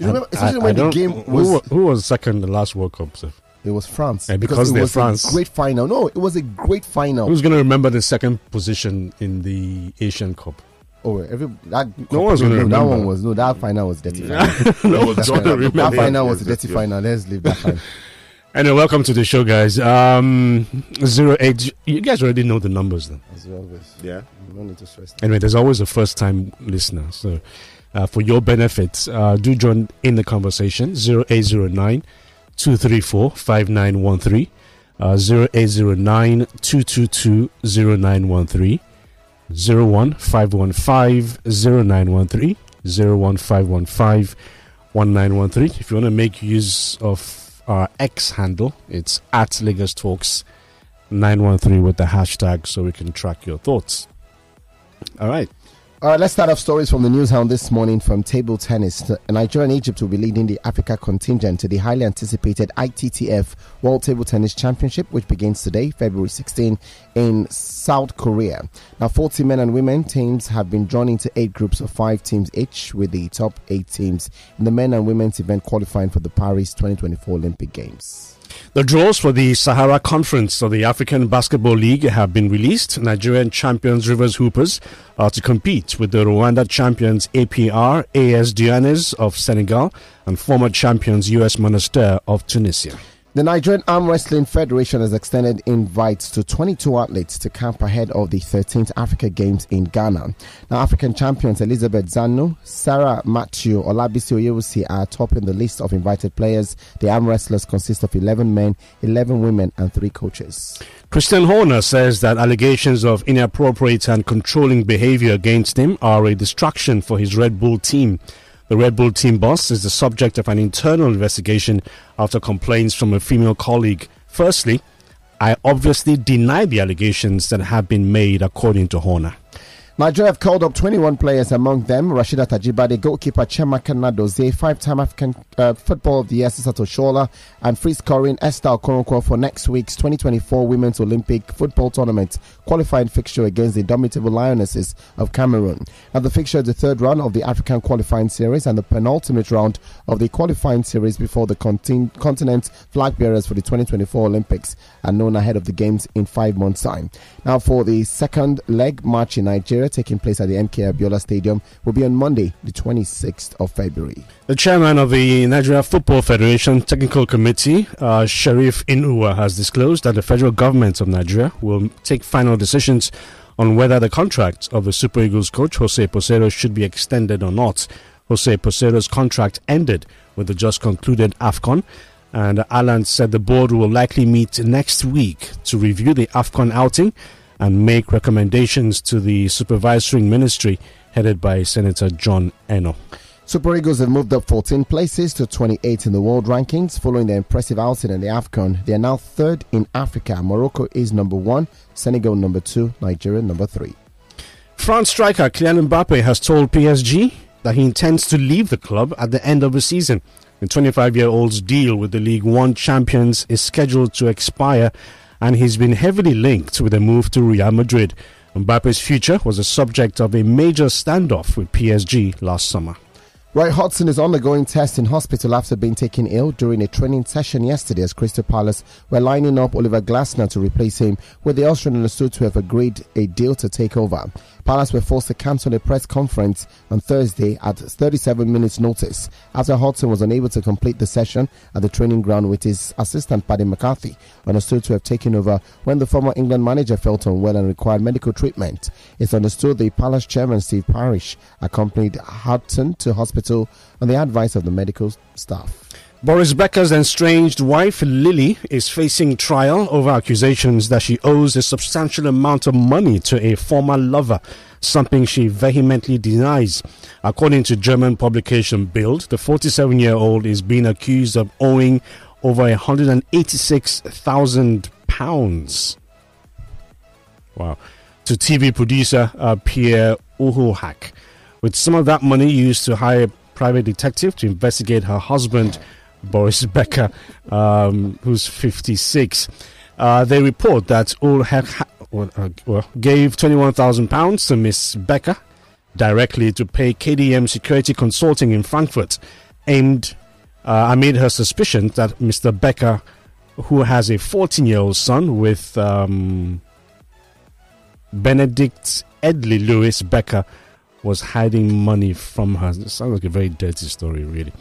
[SPEAKER 5] You
[SPEAKER 3] I-
[SPEAKER 5] remember,
[SPEAKER 3] I-
[SPEAKER 5] especially
[SPEAKER 3] I
[SPEAKER 5] when the
[SPEAKER 3] don't-
[SPEAKER 5] game
[SPEAKER 3] who, wa-
[SPEAKER 5] was
[SPEAKER 3] who was second in the last World Cup? Sir?
[SPEAKER 5] it was France
[SPEAKER 3] Yeah, because
[SPEAKER 5] it
[SPEAKER 3] they're
[SPEAKER 5] was
[SPEAKER 3] France.
[SPEAKER 5] a great final. No, it was a great final.
[SPEAKER 3] Who's going to remember the second position in the Asian Cup?
[SPEAKER 5] Oh, every that
[SPEAKER 3] No one's gonna
[SPEAKER 5] no, That
[SPEAKER 3] remember.
[SPEAKER 5] one was no. That final was dirty. Final.
[SPEAKER 4] No one's
[SPEAKER 5] that,
[SPEAKER 4] gonna
[SPEAKER 5] final,
[SPEAKER 4] remember.
[SPEAKER 5] that final
[SPEAKER 4] Yes,
[SPEAKER 5] was a
[SPEAKER 4] yes,
[SPEAKER 5] dirty
[SPEAKER 4] yes.
[SPEAKER 5] final. Let's leave that final.
[SPEAKER 3] Anyway, welcome to the show, guys. Um, zero eight. You guys already know the numbers then.
[SPEAKER 5] As always,
[SPEAKER 4] Yeah.
[SPEAKER 5] no need to stress.
[SPEAKER 3] Anyway, there's always a first time listener. So, uh, for your benefit, uh, do join in the conversation 0809 234 5913, uh, 0809 222 0913, 01515 0913, 01515 1913. If you want to make use of our X handle, it's at Lagos Talks 913 with the hashtag so we can track your thoughts. All right.
[SPEAKER 5] All right, let's start off stories from the news hound this morning from table tennis. Nigeria and Egypt will be leading the Africa contingent to the highly anticipated ITTF World Table Tennis Championship, which begins today, February 16, in South Korea. Now, 40 men and women teams have been drawn into eight groups of five teams each, with the top eight teams in the men and women's event qualifying for the Paris 2024 Olympic Games.
[SPEAKER 3] The draws for the Sahara Conference of the African Basketball League have been released. Nigerian champions Rivers Hoopers are to compete with the Rwanda champions APR AS Dianes of Senegal and former champions US Monastir of Tunisia.
[SPEAKER 5] The Nigerian Arm Wrestling Federation has extended invites to 22 athletes to camp ahead of the 13th Africa Games in Ghana. Now, African champions Elizabeth Zanu, Sarah Matthew, Olabisi Oyewusi are topping the list of invited players. The arm wrestlers consist of 11 men, 11 women, and three coaches.
[SPEAKER 3] Christian Horner says that allegations of inappropriate and controlling behavior against him are a distraction for his Red Bull team. The Red Bull team boss is the subject of an internal investigation after complaints from a female colleague. Firstly, I obviously deny the allegations that have been made, according to Horner.
[SPEAKER 5] Nigeria have called up 21 players, among them Rashida Tajibade, goalkeeper Chemaka Nadozie, five-time African uh, Football of the Year Sisato Shola, and free scoring Esther Okoronkwo for next week's 2024 Women's Olympic Football Tournament qualifying fixture against the Indomitable Lionesses of Cameroon. Now, the fixture is the third round of the African qualifying series and the penultimate round of the qualifying series before the contin- continent flag bearers for the 2024 Olympics are known ahead of the games in five months' time. Now, for the second leg match in Nigeria, taking place at the MK Abiola Stadium, will be on Monday, the 26th of February.
[SPEAKER 3] The chairman of the Nigeria Football Federation Technical Committee, uh, Sharif Inuwa, has disclosed that the federal government of Nigeria will take final decisions on whether the contract of the Super Eagles coach Jose Posero should be extended or not. Jose Posero's contract ended with the just concluded AFCON, and Alan said the board will likely meet next week to review the AFCON outing and make recommendations to the supervisory ministry headed by Senator John Eno.
[SPEAKER 5] Super Eagles have moved up 14 places to 28 in the world rankings following their impressive outing in the AFCON. They are now third in Africa. Morocco is number one, Senegal number two, Nigeria number three.
[SPEAKER 3] France striker Kylian Mbappe has told PSG that he intends to leave the club at the end of the season. The 25 year old's deal with the League One champions is scheduled to expire, and he's been heavily linked with a move to Real Madrid. Mbappe's future was the subject of a major standoff with PSG last summer.
[SPEAKER 5] Roy Hodgson is undergoing tests in hospital after being taken ill during a training session yesterday as Crystal Palace were lining up Oliver Glasner to replace him, with the Austrian understood to have agreed a deal to take over. Palace were forced to cancel a press conference on Thursday at 37 minutes notice after Hodgson was unable to complete the session at the training ground with his assistant Paddy McCarthy, understood to have taken over when the former England manager felt unwell and required medical treatment. It's understood the Palace chairman Steve Parish accompanied Hudson to hospital on the advice of the medical staff.
[SPEAKER 3] Boris Becker's estranged wife, Lily, is facing trial over accusations that she owes a substantial amount of money to a former lover, something she vehemently denies. According to German publication Bild, the 47 year old is being accused of owing over 186,000 pounds. Wow. To TV producer uh, Pierre Uhuhak. With some of that money used to hire a private detective to investigate her husband, Boris Becker, um, who's 56. Uh, they report that Uhuhak well, uh, well, gave £21,000 to Miss Becker directly to pay KDM Security Consulting in Frankfurt, aimed uh, amid her suspicion that Mr. Becker, who has a 14 year old son with um, Benedict Edley Lewis Becker was hiding money from her. It sounds like a very dirty story, really.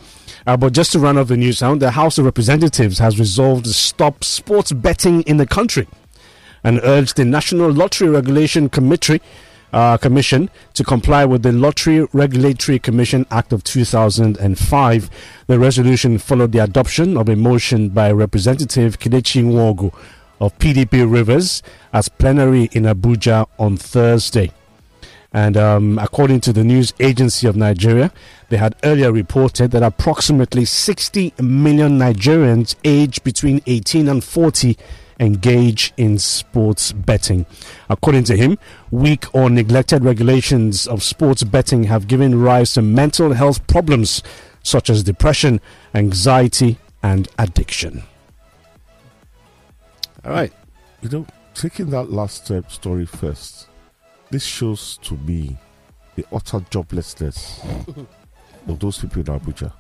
[SPEAKER 3] Uh, but just to run off the news sound, the House of Representatives has resolved to stop sports betting in the country and urged the National Lottery Regulation Committee, uh, Commission to comply with the Lottery Regulatory Commission Act of 2005. The resolution followed the adoption of a motion by Representative Kidechi Nwogu of PDP Rivers as plenary in Abuja on Thursday. And um, according to the news agency of Nigeria, they had earlier reported that approximately 60 million Nigerians aged between 18 and 40 engage in sports betting. According to him, weak or neglected regulations of sports betting have given rise to mental health problems such as depression, anxiety, and addiction. All right.
[SPEAKER 4] You know, taking that last step story first, this shows to me the utter joblessness of those people in Abuja.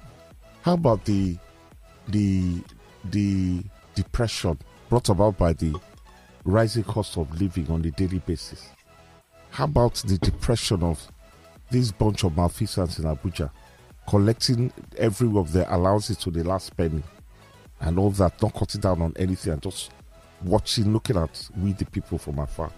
[SPEAKER 4] How about the the the depression brought about by the rising cost of living on a daily basis? How about the depression of this bunch of malfeasance in Abuja, collecting every of their allowances to the last penny, and all that, not cutting down on anything, and just watching, looking at we the people from afar.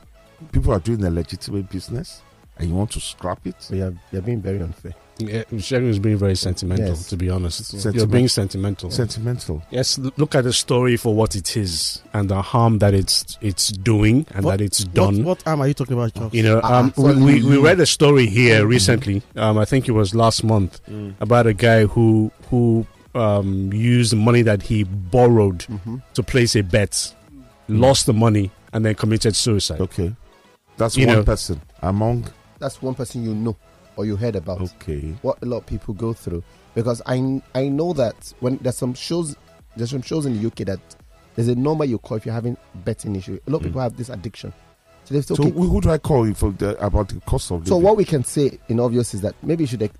[SPEAKER 4] People are doing a legitimate business, and you want to scrap it.
[SPEAKER 5] So you're, you're being very unfair.
[SPEAKER 3] Yeah, Sharon is being very sentimental,
[SPEAKER 5] Yes.
[SPEAKER 3] to be honest. You're
[SPEAKER 4] Sentiment-
[SPEAKER 3] being sentimental.
[SPEAKER 4] Sentimental.
[SPEAKER 3] Yes, l- look at the story for what it is and the harm that it's it's doing and
[SPEAKER 6] What-
[SPEAKER 3] that it's done.
[SPEAKER 6] What, what am I you talking about, Chubbs?
[SPEAKER 3] You know,
[SPEAKER 5] Ah,
[SPEAKER 3] um,
[SPEAKER 5] sorry.
[SPEAKER 3] we, we read a story
[SPEAKER 4] Mm.
[SPEAKER 3] here recently. Um, I think it was last month about a guy who who um, used money that he borrowed
[SPEAKER 4] Mm-hmm.
[SPEAKER 3] to place a bet,
[SPEAKER 4] Mm.
[SPEAKER 3] lost the money, and then committed suicide.
[SPEAKER 4] Okay, that's
[SPEAKER 3] You
[SPEAKER 4] one
[SPEAKER 3] know.
[SPEAKER 4] person among.
[SPEAKER 5] That's one person you know or you heard about.
[SPEAKER 4] Okay,
[SPEAKER 5] What a lot of people go through because I I know that when there's some shows there's some shows in the UK that there's a number you call if you're having betting issue. A lot of people
[SPEAKER 6] Mm.
[SPEAKER 5] have this addiction, so they still.
[SPEAKER 4] so
[SPEAKER 5] keep-
[SPEAKER 4] who who do I call if, the, about the cost of living?
[SPEAKER 5] so what we can say in obvious is that maybe you should. ex-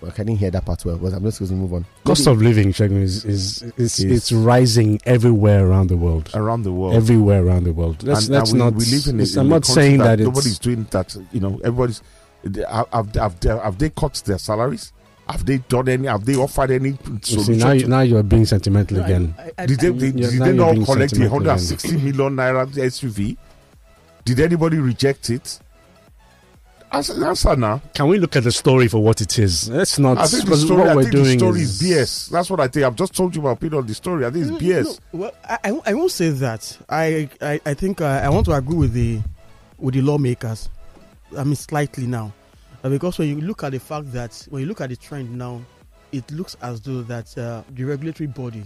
[SPEAKER 5] Well, I didn't hear that part well, but I'm just going to move on.
[SPEAKER 3] Cost of living, Shagun, is, is, is,
[SPEAKER 4] Is-
[SPEAKER 3] it's rising everywhere around the world.
[SPEAKER 4] around the world?
[SPEAKER 3] Everywhere around the world. That's,
[SPEAKER 4] And-
[SPEAKER 3] that's
[SPEAKER 4] and we-
[SPEAKER 3] not.
[SPEAKER 4] We live in a,
[SPEAKER 3] it's-
[SPEAKER 4] in
[SPEAKER 3] I'm
[SPEAKER 4] a
[SPEAKER 3] not
[SPEAKER 4] country
[SPEAKER 3] saying that,
[SPEAKER 4] nobody's
[SPEAKER 3] it's.
[SPEAKER 4] doing that. You know, everybody's. they- Have, have, have, they, have they cut their salaries? Have they done any? Have they offered any
[SPEAKER 3] You
[SPEAKER 4] solution?
[SPEAKER 3] see, now, you,
[SPEAKER 4] to-
[SPEAKER 3] now you're being sentimental
[SPEAKER 6] No, I-
[SPEAKER 3] again.
[SPEAKER 6] I- I-
[SPEAKER 4] did they,
[SPEAKER 6] I-
[SPEAKER 4] they,
[SPEAKER 3] Yeah,
[SPEAKER 4] did
[SPEAKER 3] now
[SPEAKER 4] they
[SPEAKER 3] you're being
[SPEAKER 4] not collect the
[SPEAKER 3] sentimental again.
[SPEAKER 4] 160 million naira SUV? Did anybody reject it? Answer, answer now.
[SPEAKER 3] Can we look at the story for what it is? That's not
[SPEAKER 4] I think the
[SPEAKER 3] because
[SPEAKER 4] story,
[SPEAKER 3] what
[SPEAKER 4] I
[SPEAKER 3] we're
[SPEAKER 4] think the
[SPEAKER 3] doing
[SPEAKER 4] story is... BS. That's what I think. I've just told you my opinion on the story. I think it's
[SPEAKER 6] No, no,
[SPEAKER 4] BS.
[SPEAKER 6] no. well, I, I won't- I won't say that. I I, I think uh, I want to agree with the with the lawmakers. I mean, slightly now, Uh, because when you look at the fact that when you look at the trend now, it looks as though that uh, the regulatory body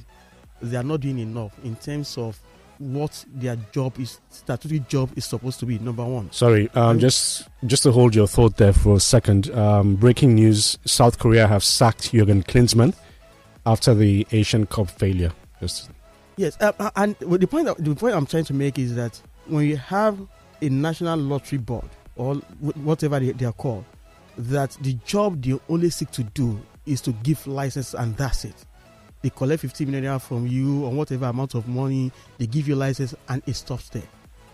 [SPEAKER 6] they are not doing enough in terms of what their job is, statutory job is supposed to be. Number one.
[SPEAKER 3] Sorry, um, just just to hold your thought there for a second. Um, breaking news: South Korea have sacked Jurgen Klinsmann after the Asian Cup failure. Just
[SPEAKER 6] Yes, uh, uh, and well, the point that, the point I'm trying to make is that when you have a national lottery board or wh- whatever they, they are called, that the job they only seek to do is to give license and that's it. They collect 15 million naira from you or whatever amount of money they give you license and it stops there.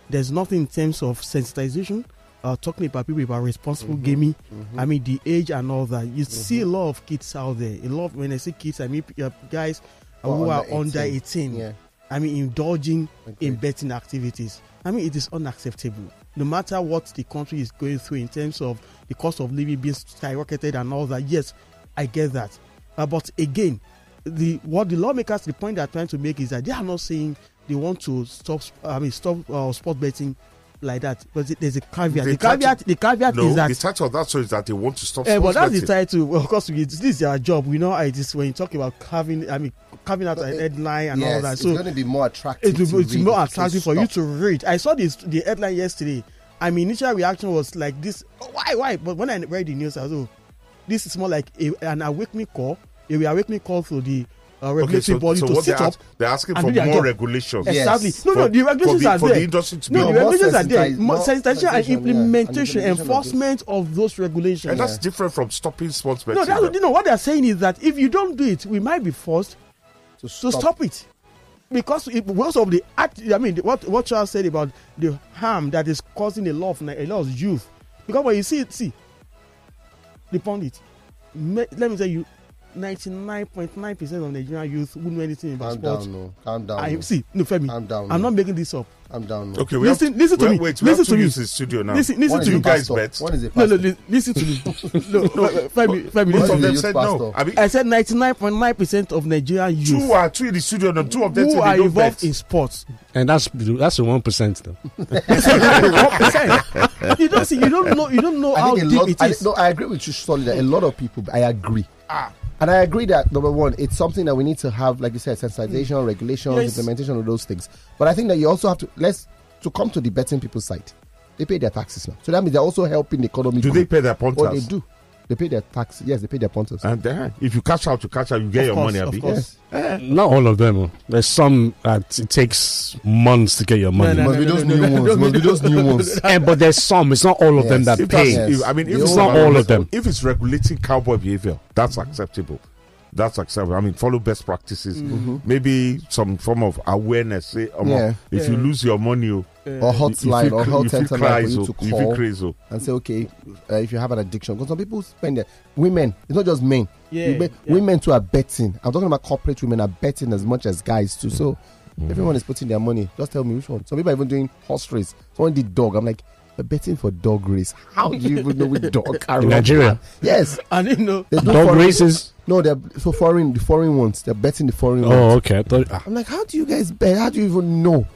[SPEAKER 6] There's nothing in terms of sensitization. Uh, talking about people about responsible
[SPEAKER 5] Mm-hmm.
[SPEAKER 6] gaming, I mean the age and all that. You see a lot of kids out there. A lot when I say kids, I mean uh, guys uh,
[SPEAKER 5] Who
[SPEAKER 6] who
[SPEAKER 5] are
[SPEAKER 6] are
[SPEAKER 5] under
[SPEAKER 6] under
[SPEAKER 5] 18.
[SPEAKER 6] 18
[SPEAKER 5] Yeah.
[SPEAKER 6] I mean, indulging in
[SPEAKER 5] Agreed.
[SPEAKER 6] betting activities. I mean, it is unacceptable. No matter what the country is going through in terms of the cost of living being skyrocketed and all that, yes, I get that. Uh, but again, the what the lawmakers the point they are trying to make is that they are not saying they want to stop. sp- I mean, stop uh, sport betting like that. But the- there's a caveat.
[SPEAKER 4] They
[SPEAKER 6] The
[SPEAKER 4] try to-
[SPEAKER 6] caveat. The caveat
[SPEAKER 4] No,
[SPEAKER 6] is that.
[SPEAKER 4] the title of that show is that they want to stop.
[SPEAKER 6] Eh, but
[SPEAKER 4] sports
[SPEAKER 6] that's the
[SPEAKER 4] betting.
[SPEAKER 6] title. Well, of course, we, this is our job. We know how it is when you talk about carving. I mean, carving out a
[SPEAKER 5] it-
[SPEAKER 6] headline and all that.
[SPEAKER 5] it's
[SPEAKER 6] So
[SPEAKER 5] going to be more attractive.
[SPEAKER 6] it will
[SPEAKER 5] to
[SPEAKER 6] be it's
[SPEAKER 5] read.
[SPEAKER 6] more
[SPEAKER 5] It's
[SPEAKER 6] attractive for you
[SPEAKER 5] stuff.
[SPEAKER 6] to read. I saw this the headline yesterday. I mean, initial reaction was like this: "Oh, why, why? But when I read the news, I was, oh, this is more like a, an awakening call, a awakening call for the uh, regulatory
[SPEAKER 4] Okay, so,
[SPEAKER 6] body
[SPEAKER 4] so
[SPEAKER 6] to
[SPEAKER 4] what
[SPEAKER 6] sit
[SPEAKER 4] they're,
[SPEAKER 6] up.
[SPEAKER 4] ask- they're asking
[SPEAKER 6] and
[SPEAKER 4] for
[SPEAKER 6] do their
[SPEAKER 4] more
[SPEAKER 6] job.
[SPEAKER 4] regulations.
[SPEAKER 5] Yes.
[SPEAKER 6] Exactly. No, no,
[SPEAKER 4] For-
[SPEAKER 6] the
[SPEAKER 4] for
[SPEAKER 6] regulations
[SPEAKER 4] the-
[SPEAKER 6] are
[SPEAKER 4] for
[SPEAKER 6] there.
[SPEAKER 4] the industry to be
[SPEAKER 6] no,
[SPEAKER 5] more
[SPEAKER 6] the regulations are there.
[SPEAKER 5] sensitized,
[SPEAKER 6] More
[SPEAKER 5] more
[SPEAKER 6] sensitization and
[SPEAKER 5] sensitization, yeah, and
[SPEAKER 6] implementation,
[SPEAKER 5] implementation of those.
[SPEAKER 6] enforcement of those regulations.
[SPEAKER 4] And that's different from stopping sports betting.
[SPEAKER 6] No, that's what, you know what they're saying is that if you don't do it, we might be forced
[SPEAKER 5] To
[SPEAKER 6] to
[SPEAKER 5] stop.
[SPEAKER 6] stop, it. Because it, because of the act, I mean, what what Charles said about the harm that is causing a lot of a lot of youth. Because when you see it, see the pundit. Me, let me tell you, ninety nine point nine percent of Nigerian youth wouldn't know anything about
[SPEAKER 5] Calm
[SPEAKER 6] sports.
[SPEAKER 5] down, no. Calm down.
[SPEAKER 6] I
[SPEAKER 5] no.
[SPEAKER 6] see, no, Femi,
[SPEAKER 5] Calm down,
[SPEAKER 6] I'm
[SPEAKER 5] no.
[SPEAKER 6] not making this up.
[SPEAKER 5] Calm down. No.
[SPEAKER 4] Okay, we
[SPEAKER 6] Listen-
[SPEAKER 4] have,
[SPEAKER 6] listen to
[SPEAKER 4] we
[SPEAKER 6] me.
[SPEAKER 4] Have, wait, we
[SPEAKER 6] Listen
[SPEAKER 4] have two
[SPEAKER 6] to me.
[SPEAKER 4] youths in studio now.
[SPEAKER 6] Listen,
[SPEAKER 5] One
[SPEAKER 6] listen
[SPEAKER 5] is
[SPEAKER 6] to
[SPEAKER 5] a
[SPEAKER 4] you
[SPEAKER 6] me.
[SPEAKER 4] guys
[SPEAKER 5] pastor.
[SPEAKER 4] bet.
[SPEAKER 5] One is a
[SPEAKER 6] No, no,
[SPEAKER 5] pastor.
[SPEAKER 6] li- listen to me. No, Femi, Femi,
[SPEAKER 4] Both of
[SPEAKER 5] One is
[SPEAKER 6] listen to
[SPEAKER 5] a
[SPEAKER 4] them
[SPEAKER 6] me.
[SPEAKER 5] youth
[SPEAKER 4] said no.
[SPEAKER 5] pastor.
[SPEAKER 4] I mean,
[SPEAKER 6] I said 99.9% of Nigerian youth.
[SPEAKER 4] two are two in the studio now. Two of them
[SPEAKER 6] who
[SPEAKER 4] said
[SPEAKER 6] are
[SPEAKER 4] they don't
[SPEAKER 6] involved
[SPEAKER 4] bet.
[SPEAKER 6] in sports.
[SPEAKER 3] And that's that's the one percent though.
[SPEAKER 6] One percent. you don't see, you don't know, you don't know
[SPEAKER 5] I
[SPEAKER 6] how
[SPEAKER 5] think a
[SPEAKER 6] deep
[SPEAKER 5] lot.
[SPEAKER 6] it
[SPEAKER 5] I,
[SPEAKER 6] is. Ah.
[SPEAKER 5] no, I agree with you solely. That a lot of people, I agree. And I agree that number one, it's something that we need to have, like you said, sensitization, regulations,
[SPEAKER 6] Mm. Yes.
[SPEAKER 5] implementation of those things. But I think that you also have to let's to come to the betting people's side. They pay their taxes now, so that means they're also helping the economy.
[SPEAKER 4] Do
[SPEAKER 5] grow.
[SPEAKER 4] they pay their
[SPEAKER 5] Oh, they
[SPEAKER 4] punters?
[SPEAKER 5] do. They pay their tax. Yes, they pay their punters.
[SPEAKER 4] And then, if you catch out, you catch out, you get your
[SPEAKER 6] course,
[SPEAKER 4] money.
[SPEAKER 6] of
[SPEAKER 4] Abi.
[SPEAKER 6] course.
[SPEAKER 5] yes.
[SPEAKER 4] Eh.
[SPEAKER 3] Not all of them. oh. There's some that it takes months to get your money.
[SPEAKER 6] no,
[SPEAKER 5] Must be
[SPEAKER 6] no,
[SPEAKER 5] those
[SPEAKER 6] no,
[SPEAKER 5] new
[SPEAKER 6] no,
[SPEAKER 5] ones.
[SPEAKER 6] no,
[SPEAKER 5] Must be
[SPEAKER 6] no,
[SPEAKER 5] those new ones.
[SPEAKER 3] Eh, but there's some. It's not all of them
[SPEAKER 5] Yes.
[SPEAKER 3] that
[SPEAKER 4] If
[SPEAKER 3] pay.
[SPEAKER 4] that's,
[SPEAKER 5] Yes.
[SPEAKER 4] if, I mean, if
[SPEAKER 5] It's
[SPEAKER 4] it's
[SPEAKER 5] not
[SPEAKER 3] all of them.
[SPEAKER 4] If it's regulating cowboy behavior, that's acceptable. That's acceptable. I mean, follow best practices. Mm-hmm. Maybe some form of awareness. Say, um,
[SPEAKER 5] Mm-hmm. Yeah.
[SPEAKER 4] if you
[SPEAKER 6] Yeah.
[SPEAKER 4] lose your money, oh, you,
[SPEAKER 5] Or
[SPEAKER 4] you
[SPEAKER 5] hotline
[SPEAKER 4] feel
[SPEAKER 5] or
[SPEAKER 4] cra-
[SPEAKER 5] health
[SPEAKER 4] you feel
[SPEAKER 5] center line for
[SPEAKER 4] crazy,
[SPEAKER 5] you to
[SPEAKER 4] you feel
[SPEAKER 5] call
[SPEAKER 4] crazy. oh.
[SPEAKER 5] and say, okay, uh, if you have an addiction, because some people spend their women. It's not just men.
[SPEAKER 6] Yeah,
[SPEAKER 5] You bet-
[SPEAKER 6] yeah.
[SPEAKER 5] Women too are betting. I'm talking about corporate women are betting as much as guys too. So
[SPEAKER 3] Mm-hmm.
[SPEAKER 5] everyone is putting their money. Just tell me which one. Some people are even doing horse race. Someone did dog. I'm like, you're betting for dog race. How do you even know which dog? I
[SPEAKER 3] In
[SPEAKER 5] love
[SPEAKER 3] Nigeria,
[SPEAKER 5] that. Yes.
[SPEAKER 6] I didn't know.
[SPEAKER 5] They do
[SPEAKER 3] dog
[SPEAKER 5] foreign-
[SPEAKER 3] races.
[SPEAKER 5] No, they're so foreign. The foreign ones. They're betting the foreign
[SPEAKER 3] Oh,
[SPEAKER 5] ones.
[SPEAKER 3] okay. I thought, ah,
[SPEAKER 5] I'm like, how do you guys bet? How do you even know?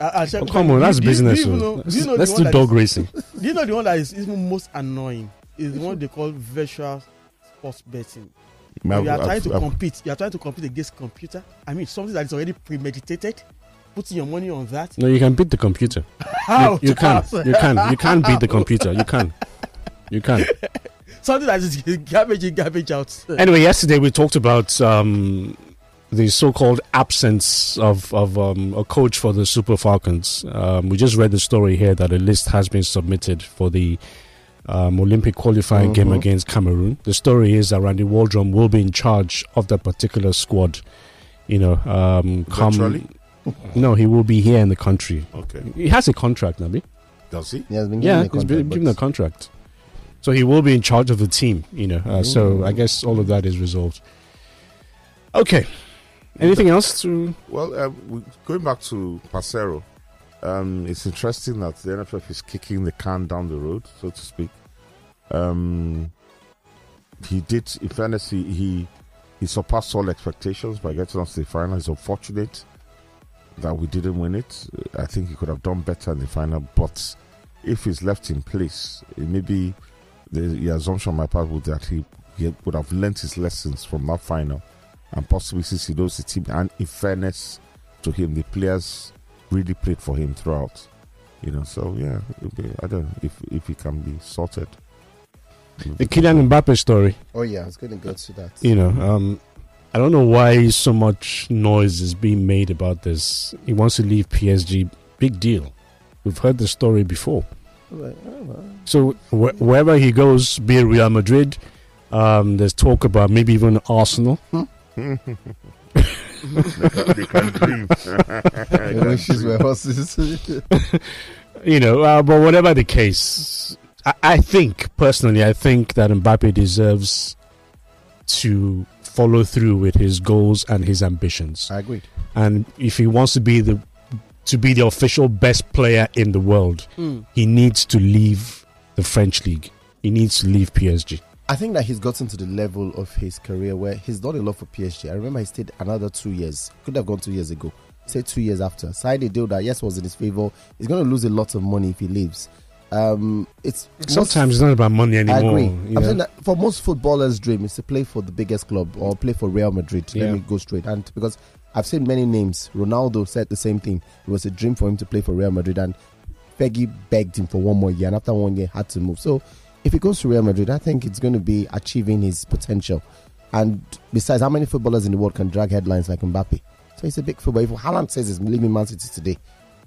[SPEAKER 6] I, I check-
[SPEAKER 3] oh, come on, that's
[SPEAKER 6] do you-
[SPEAKER 3] business.
[SPEAKER 6] Do you,
[SPEAKER 3] oh.
[SPEAKER 6] even know,
[SPEAKER 3] Let's,
[SPEAKER 6] do you know
[SPEAKER 3] let's
[SPEAKER 6] the one
[SPEAKER 3] do
[SPEAKER 6] that
[SPEAKER 3] dog
[SPEAKER 6] is-
[SPEAKER 3] racing.
[SPEAKER 6] Do you know the one that is even most annoying? Is the one they call virtual sports betting. you are trying to
[SPEAKER 4] uh,
[SPEAKER 6] compete. You are trying to compete against computer. I mean, something that is already premeditated. Putting your money on that.
[SPEAKER 3] No, you can beat the computer.
[SPEAKER 6] How?
[SPEAKER 3] You can. You can. You can beat the computer. You can. You can.
[SPEAKER 6] Something that is garbage in, garbage out.
[SPEAKER 3] Anyway, yesterday we talked about um, the so-called absence of, of um, a coach for the Super Falcons. Um, we just read the story here that a list has been submitted for the um, Olympic qualifying game against Cameroon. The story is that Randy Waldron will be in charge of that particular squad. You know, um,
[SPEAKER 4] Virtually?
[SPEAKER 3] come no, he will be here in the country.
[SPEAKER 4] Okay.
[SPEAKER 3] He has a contract, Nabi.
[SPEAKER 4] Does he?
[SPEAKER 5] He has been
[SPEAKER 3] Yeah,
[SPEAKER 5] given
[SPEAKER 3] he's
[SPEAKER 5] a contract,
[SPEAKER 3] been
[SPEAKER 5] but-
[SPEAKER 3] given a contract. So he will be in charge of the team, you know. Uh, so I guess all of that is resolved. Okay. Anything else to.
[SPEAKER 4] Well, um, we- going back to Passero, um, it's interesting that the NFF is kicking the can down the road, so to speak. Um, he did, in fairness, he, he he surpassed all expectations by getting us to the final. It's unfortunate that we didn't win it. I think he could have done better in the final, but if he's left in place, it may be the, the assumption on my part would that he, he would have learnt his lessons from that final and possibly since he knows the team and in fairness to him, the players really played for him throughout. You know, so yeah, it'll be, I don't know if if it can be sorted.
[SPEAKER 3] The Kylian Mbappe story,
[SPEAKER 5] Oh yeah, I was going to go to that.
[SPEAKER 3] you know. Um, I don't know why so much noise is being made about this. He wants to leave PSG. Big deal. We've heard the story before.
[SPEAKER 5] Like, oh, well.
[SPEAKER 3] So wh- wherever he goes, be it Real Madrid, um, there's talk about maybe even Arsenal.
[SPEAKER 4] they can dream.
[SPEAKER 5] Your wishes were horses.
[SPEAKER 3] you know, uh, but whatever the case, I, I think personally, I think that Mbappe deserves to follow through with his goals and his ambitions.
[SPEAKER 5] I agreed.
[SPEAKER 3] And if he wants to be the to be the official best player in the world,
[SPEAKER 5] Hmm.
[SPEAKER 6] Mm.
[SPEAKER 3] he needs to leave the French league. He needs to leave PSG.
[SPEAKER 5] I think that he's gotten to the level of his career where he's done a lot for PSG. I remember he stayed another two years. Could have gone two years ago. Say two years after. Signed a deal that yes was in his favor. He's going to lose a lot of money if he leaves. Um, it's not-
[SPEAKER 3] Sometimes it's not about money
[SPEAKER 5] I
[SPEAKER 3] anymore.
[SPEAKER 5] agree.
[SPEAKER 3] you
[SPEAKER 5] I'm
[SPEAKER 3] know.
[SPEAKER 5] saying that for most footballers' dream is to play for the biggest club or play for Real Madrid.
[SPEAKER 3] Yeah.
[SPEAKER 5] Let me go straight. And because I've seen many names, Ronaldo said the same thing. It was a dream for him to play for Real Madrid, and Fergie begged him for one more year, and after one year, had to move. So if he goes to Real Madrid, I think it's going to be achieving his potential. And besides, how many footballers in the world can drag headlines like Mbappe? So he's a big footballer. If Haaland says he's leaving Man City today,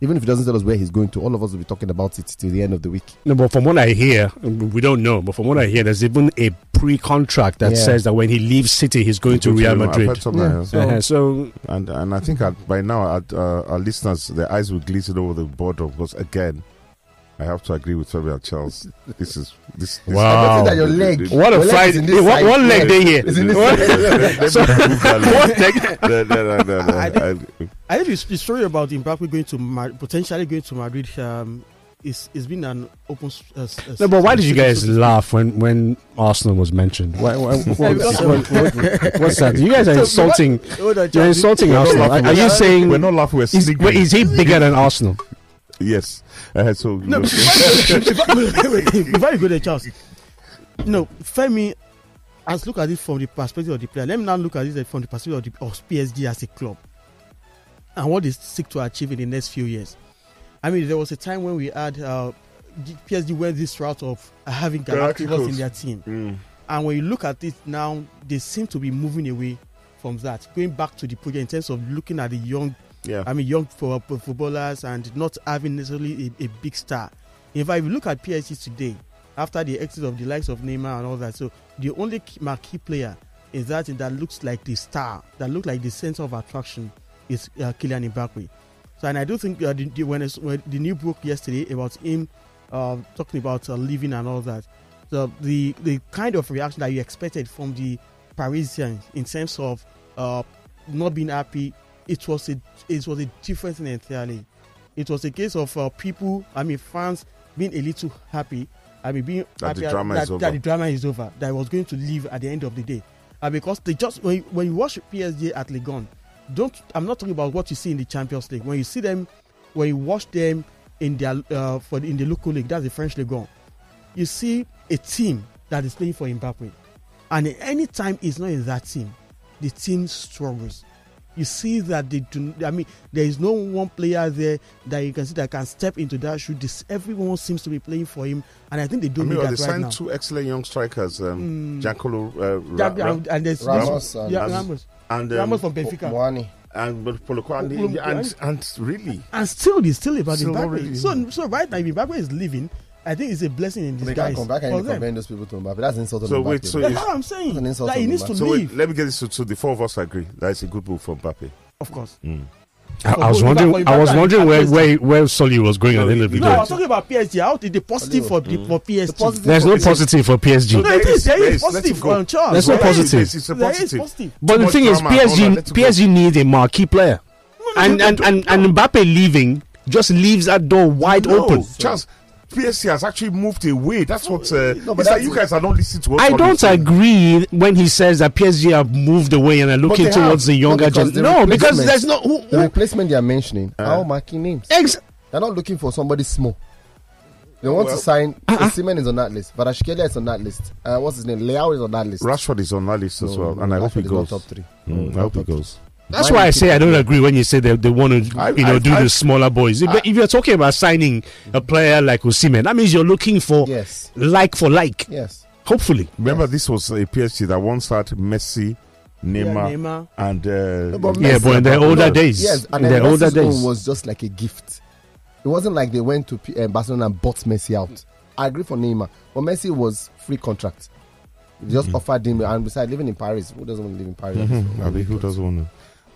[SPEAKER 5] even if he doesn't tell us where he's going to, all of us will be talking about it till the end of the week.
[SPEAKER 3] No, but from what I hear, we don't know. But from what I hear, there's even a pre-contract that
[SPEAKER 5] Yeah.
[SPEAKER 3] says that when he leaves City, he's going to Real
[SPEAKER 4] I've heard
[SPEAKER 3] Madrid.
[SPEAKER 4] something
[SPEAKER 5] Yeah.
[SPEAKER 4] else.
[SPEAKER 3] Uh-huh, so
[SPEAKER 4] And and I think at, by now, at, uh, our listeners, their eyes will glisten over the boredom because again, I have to agree with Fabian Charles. This is this. this
[SPEAKER 3] Wow.
[SPEAKER 5] I don't think that your leg-
[SPEAKER 3] what a
[SPEAKER 5] Your leg
[SPEAKER 3] fight!
[SPEAKER 5] is in
[SPEAKER 3] One,
[SPEAKER 5] this side.
[SPEAKER 3] one leg
[SPEAKER 5] Yeah.
[SPEAKER 3] they hear.
[SPEAKER 5] It's in this
[SPEAKER 3] One- So-
[SPEAKER 4] What?
[SPEAKER 3] one leg-
[SPEAKER 4] No, no, no, no, no.
[SPEAKER 6] I
[SPEAKER 4] I-
[SPEAKER 6] I think the- the story about Mbappe going to Mar- potentially going to Madrid um, is is been an open. s- Uh, s- uh,
[SPEAKER 3] No, but why did you
[SPEAKER 6] secret
[SPEAKER 3] guys
[SPEAKER 6] source.
[SPEAKER 3] laugh when when Arsenal was mentioned? Why, why, what-
[SPEAKER 6] because-
[SPEAKER 3] what- what- what's that? You guys are insulting.
[SPEAKER 6] Hold on,
[SPEAKER 3] You're
[SPEAKER 6] Charlie.
[SPEAKER 3] insulting
[SPEAKER 4] We're not
[SPEAKER 3] Arsenal. Are
[SPEAKER 4] laughing.
[SPEAKER 3] are you saying
[SPEAKER 4] We're not laughing. We're
[SPEAKER 3] is,
[SPEAKER 4] sniggering.
[SPEAKER 3] is he bigger than Arsenal?
[SPEAKER 4] Yes. Uh, so no.
[SPEAKER 6] No, before you go there, Charles. No, Femi, as look at it from the perspective of the player. Let me now look at it from the perspective of, the, of PSG as a club and what they seek to achieve in the next few years. I mean, there was a time when we had uh, the PSG went this route of having Galacticos in
[SPEAKER 4] Galacticos.
[SPEAKER 6] their team,
[SPEAKER 4] Mm.
[SPEAKER 6] and when you look at it now, they seem to be moving away from that, going back to the project in terms of looking at the young
[SPEAKER 4] Yeah.
[SPEAKER 6] I mean, young fo- fo- footballers and not having necessarily a, a big star. In fact, if you look at PSG today, after the exit of the likes of Neymar and all that, so the only key- marquee player is that that looks like the star, that looks like the center of attraction is uh, Kylian Mbappe. So, and I do think uh, the, the, when, it's, when the new book yesterday about him uh, talking about uh, leaving and all that, so the the kind of reaction that you expected from the Parisians in terms of uh, not being happy, it was a it was a different thing entirely. It was a case of uh, people, I mean fans, being a little happy. I mean, being
[SPEAKER 4] That the
[SPEAKER 6] happy
[SPEAKER 4] drama
[SPEAKER 6] that,
[SPEAKER 4] is over.
[SPEAKER 6] that the drama is over. That I was going to leave at the end of the day, and because they just when you, when you watch PSG at Ligon, don't I'm not talking about what you see in the Champions League. When you see them, when you watch them in their uh, for the, in the local league, that's the French Ligue 1 you see a team that is playing for Mbappe, and any time he's not in that team, the team struggles. You see that they do. I mean, there is no one player there that you can see that can step into that shoe. This everyone seems to be playing for him, and I think they
[SPEAKER 4] I
[SPEAKER 6] do
[SPEAKER 4] mean,
[SPEAKER 6] need
[SPEAKER 4] well, they
[SPEAKER 6] that right
[SPEAKER 4] signed
[SPEAKER 6] now.
[SPEAKER 4] two excellent young strikers, um,
[SPEAKER 6] Mm.
[SPEAKER 4] Giancarlo uh, Ra-
[SPEAKER 6] That-
[SPEAKER 4] Ra-
[SPEAKER 6] and- and there's
[SPEAKER 5] Ramos
[SPEAKER 6] yeah,
[SPEAKER 5] and-
[SPEAKER 6] yeah, Ramos,
[SPEAKER 4] and um,
[SPEAKER 6] Ramos from Benfica,
[SPEAKER 5] Oh, Moani.
[SPEAKER 4] and but Poloko and,
[SPEAKER 6] Ukulum-
[SPEAKER 4] and, and really,
[SPEAKER 6] and still it's still about
[SPEAKER 4] Still
[SPEAKER 6] Mbappe.
[SPEAKER 4] already-
[SPEAKER 6] So, so right now, if Mbappe is leaving, I think it's a blessing in
[SPEAKER 5] They can't
[SPEAKER 6] disguise.
[SPEAKER 5] come back
[SPEAKER 6] for
[SPEAKER 5] and
[SPEAKER 6] them.
[SPEAKER 5] compare those people to Mbappe. That's insult to
[SPEAKER 4] So
[SPEAKER 5] Mbappe.
[SPEAKER 4] wait, so
[SPEAKER 6] That's
[SPEAKER 4] If-
[SPEAKER 6] what I'm saying.
[SPEAKER 5] An insult
[SPEAKER 6] That
[SPEAKER 5] to
[SPEAKER 6] he needs
[SPEAKER 5] Mbappe.
[SPEAKER 6] to
[SPEAKER 4] so
[SPEAKER 6] leave,
[SPEAKER 4] wait, let me get this. So, so the four of us agree that it's a good move for Mbappe.
[SPEAKER 6] of course.
[SPEAKER 3] I, I was
[SPEAKER 6] For- for
[SPEAKER 3] wondering. I
[SPEAKER 6] Ibaka
[SPEAKER 3] was
[SPEAKER 6] and-
[SPEAKER 3] wondering
[SPEAKER 6] and
[SPEAKER 3] where
[SPEAKER 6] PSG.
[SPEAKER 3] where where Solly was going at the end of the
[SPEAKER 6] No, I
[SPEAKER 3] day.
[SPEAKER 6] was talking about PSG. How did the positive for the for PSG?
[SPEAKER 5] The positive
[SPEAKER 3] There's no
[SPEAKER 5] It's a-
[SPEAKER 3] positive for PSG.
[SPEAKER 6] No, it is. There
[SPEAKER 4] There
[SPEAKER 6] is
[SPEAKER 4] is, let
[SPEAKER 6] positive
[SPEAKER 4] it go.
[SPEAKER 6] on Charles.
[SPEAKER 3] There's no
[SPEAKER 6] There is.
[SPEAKER 3] positive.
[SPEAKER 4] It's, it's a
[SPEAKER 6] There is
[SPEAKER 4] positive.
[SPEAKER 6] positive.
[SPEAKER 3] But the
[SPEAKER 4] Much
[SPEAKER 3] thing is,
[SPEAKER 4] drama and all that,
[SPEAKER 3] PSG
[SPEAKER 4] let it go.
[SPEAKER 3] PSG needs a marquee player,
[SPEAKER 6] no,
[SPEAKER 3] and
[SPEAKER 6] no,
[SPEAKER 3] and and and Mbappe leaving just leaves that door wide
[SPEAKER 4] No,
[SPEAKER 3] open.
[SPEAKER 4] Charles, PSG has actually moved away. That's what. Uh,
[SPEAKER 5] No, but
[SPEAKER 4] it's like
[SPEAKER 5] that's-
[SPEAKER 4] you guys are not listening to. What
[SPEAKER 3] I
[SPEAKER 4] Solly
[SPEAKER 3] don't
[SPEAKER 4] is saying.
[SPEAKER 3] agree when he says that PSG have moved away and are looking
[SPEAKER 4] they
[SPEAKER 3] towards the
[SPEAKER 4] have.
[SPEAKER 3] younger
[SPEAKER 5] No, because
[SPEAKER 3] generation.
[SPEAKER 5] the
[SPEAKER 3] No, because
[SPEAKER 5] replacement-
[SPEAKER 3] there's no who,
[SPEAKER 5] The
[SPEAKER 3] who,
[SPEAKER 5] replacement they are mentioning
[SPEAKER 4] Uh.
[SPEAKER 5] are all marking names.
[SPEAKER 3] ex-
[SPEAKER 5] They're not looking for somebody small. They want
[SPEAKER 4] Well-
[SPEAKER 5] to sign.
[SPEAKER 6] Uh-uh.
[SPEAKER 5] uh is on that list. Varashkelia is on that list. Uh, what's his name? Leao is on that list.
[SPEAKER 4] Rashford is on that list as
[SPEAKER 5] No,
[SPEAKER 4] well, and I hope
[SPEAKER 5] Rashford
[SPEAKER 4] he
[SPEAKER 5] is not
[SPEAKER 4] goes.
[SPEAKER 5] Top three.
[SPEAKER 4] Mm, I hope he goes.
[SPEAKER 3] That's
[SPEAKER 5] Why
[SPEAKER 3] why
[SPEAKER 5] do
[SPEAKER 3] I
[SPEAKER 5] you
[SPEAKER 3] say
[SPEAKER 5] think-
[SPEAKER 3] I don't agree when you say they, they want to
[SPEAKER 4] I-
[SPEAKER 3] you know
[SPEAKER 4] I-
[SPEAKER 3] do
[SPEAKER 4] I-
[SPEAKER 3] the smaller boys. If, if you're talking about signing a player like Osimhen, that means you're looking for
[SPEAKER 5] Yes.
[SPEAKER 3] like for like.
[SPEAKER 5] Yes.
[SPEAKER 3] Hopefully,
[SPEAKER 4] Remember, this was a PSG that once had Messi, Neymar,
[SPEAKER 6] Neymar.
[SPEAKER 4] and uh,
[SPEAKER 5] but
[SPEAKER 3] yeah,
[SPEAKER 5] Messi
[SPEAKER 3] but in their
[SPEAKER 5] and Ronaldo-
[SPEAKER 3] older days,
[SPEAKER 5] Yes,
[SPEAKER 3] in
[SPEAKER 5] and
[SPEAKER 3] their
[SPEAKER 5] then
[SPEAKER 3] older
[SPEAKER 5] Messi's
[SPEAKER 3] days,
[SPEAKER 5] own was just like a gift. It wasn't like they went to P- uh, Barcelona and bought Messi out. I agree for Neymar, but Messi was free contract. They
[SPEAKER 3] Mm.
[SPEAKER 5] just offered him, and besides, living in Paris, who doesn't want to live in Paris?
[SPEAKER 3] Mm-hmm.
[SPEAKER 4] I mean, who doesn't want to?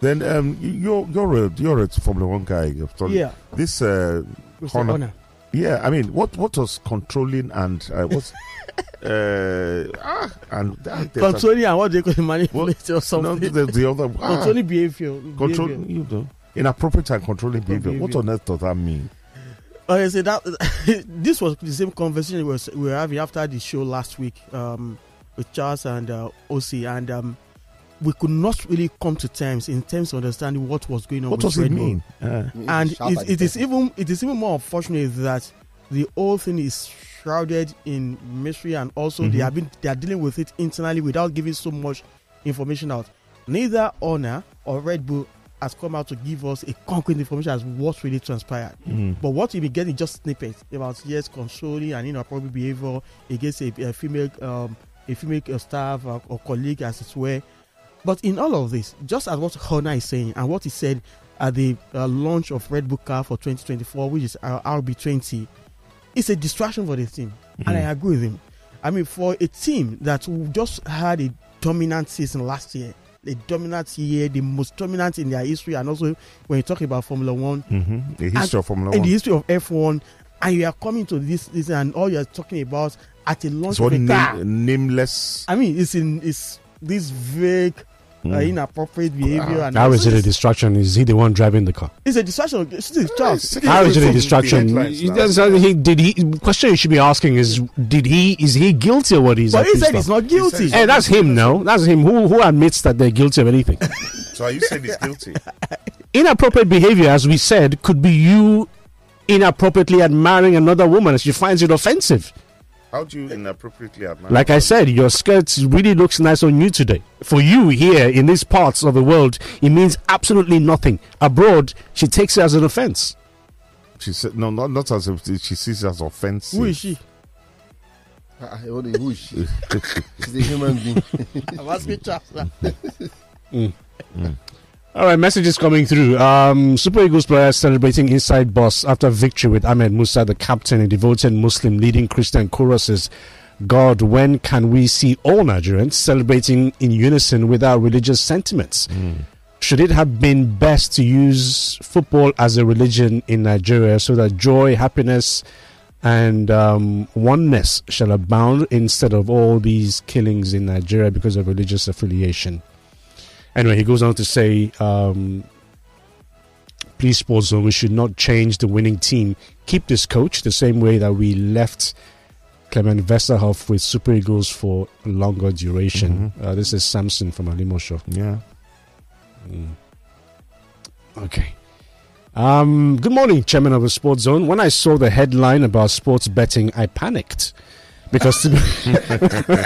[SPEAKER 4] Then um, you- you're you're a you're a Formula One guy. you're Sorry.
[SPEAKER 6] Yeah.
[SPEAKER 4] This uh,
[SPEAKER 6] Mr.
[SPEAKER 4] Honor.
[SPEAKER 6] Honor.
[SPEAKER 4] yeah, I mean, what what was controlling and uh, what's uh ah and that, there's a-
[SPEAKER 6] Controlling and what they call manipulate or
[SPEAKER 4] no,
[SPEAKER 6] something.
[SPEAKER 4] there's the other ah,
[SPEAKER 6] Controlling behavior.
[SPEAKER 4] control
[SPEAKER 6] behavior.
[SPEAKER 4] you know inappropriate and controlling behavior. What on earth does that mean?
[SPEAKER 6] Okay, so that this was the same conversation we were, we were having after the show last week. Um, with Charles and uh, Osi, and um, we could not really come to terms in terms of understanding what was going on.
[SPEAKER 4] What
[SPEAKER 6] with
[SPEAKER 4] does
[SPEAKER 6] Red
[SPEAKER 4] it
[SPEAKER 6] Bull
[SPEAKER 4] mean? Uh,
[SPEAKER 6] and
[SPEAKER 5] Sharp
[SPEAKER 6] it,
[SPEAKER 5] at
[SPEAKER 6] it
[SPEAKER 5] the
[SPEAKER 6] is
[SPEAKER 5] time.
[SPEAKER 6] even it is even more unfortunate that the whole thing is shrouded in mystery and also they have been they are dealing with it internally without giving so much information out neither honor or red bull has come out to give us a concrete information as what really transpired but what you'll be getting is just snippets about yes controlling and inappropriate behavior against a, a female um, a female uh, staff or, or colleague as it were but in all of this, just as what Horner is saying and what he said at the uh, launch of Red Bull car for 2024, which is uh, our RB20, it's a distraction for the team. And
[SPEAKER 4] Mm-hmm.
[SPEAKER 6] I agree with him. I mean, for a team that just had a dominant season last year, a dominant year, the most dominant in their history, and also when you talk about Formula One,
[SPEAKER 4] mhm. The history of Formula
[SPEAKER 6] in the
[SPEAKER 4] One.
[SPEAKER 6] history of F1, and you are coming to this, this and all you are talking about at a
[SPEAKER 4] It's
[SPEAKER 6] launch
[SPEAKER 4] one
[SPEAKER 6] of a car.
[SPEAKER 4] name, nameless.
[SPEAKER 6] I mean, it's in it's this vague, uh, inappropriate behavior. and
[SPEAKER 3] Hmm. Ah, How is
[SPEAKER 6] So
[SPEAKER 3] it a
[SPEAKER 6] It's,
[SPEAKER 3] distraction? Is he the one driving the car?
[SPEAKER 6] it's a distraction. It's a distraction.
[SPEAKER 3] How is it
[SPEAKER 4] From
[SPEAKER 3] a
[SPEAKER 4] the
[SPEAKER 3] distraction?
[SPEAKER 4] headlines now.
[SPEAKER 3] That's how he- did he? Question you should be asking is did he? Is he guilty of what he's?
[SPEAKER 6] But he
[SPEAKER 3] accused
[SPEAKER 6] said
[SPEAKER 3] of?
[SPEAKER 6] he's not guilty.
[SPEAKER 3] Hey, that's him. No, that's him. Who who admits that they're guilty of anything?
[SPEAKER 4] So are you saying he's guilty?
[SPEAKER 3] inappropriate behavior, as we said, could be you inappropriately admiring another woman as she finds it offensive.
[SPEAKER 4] How do you inappropriately admire?
[SPEAKER 3] Like I said, your skirt really looks nice on you today. For you here in these parts of the world, it means absolutely nothing. Abroad, she takes it as an offense.
[SPEAKER 4] she said no, not not as if she sees it as offensive.
[SPEAKER 6] Who is she?
[SPEAKER 5] Ah, ah, what is- who is she? She's a human being.
[SPEAKER 6] I'm asking Charles.
[SPEAKER 3] All right, messages coming through. Um, Super Eagles players celebrating inside boss after victory with Ahmed Musa, the captain, a devoted Muslim leading Christian choruses. God, when can we see all Nigerians celebrating in unison with our religious sentiments? Should it have been best to use football as a religion in Nigeria so that joy, happiness, and um, oneness shall abound instead of all these killings in Nigeria because of religious affiliation? Anyway, he goes on to say, um, please, Sports Zone, we should not change the winning team. Keep this coach the same way that we left Clement Vesterhoff with Super Eagles for a longer duration. Uh, this is Samson from Alimo Show.
[SPEAKER 4] Yeah.
[SPEAKER 3] Okay. Um, good morning, Chairman of the Sports Zone. When I saw the headline about sports betting, I panicked. Because to be,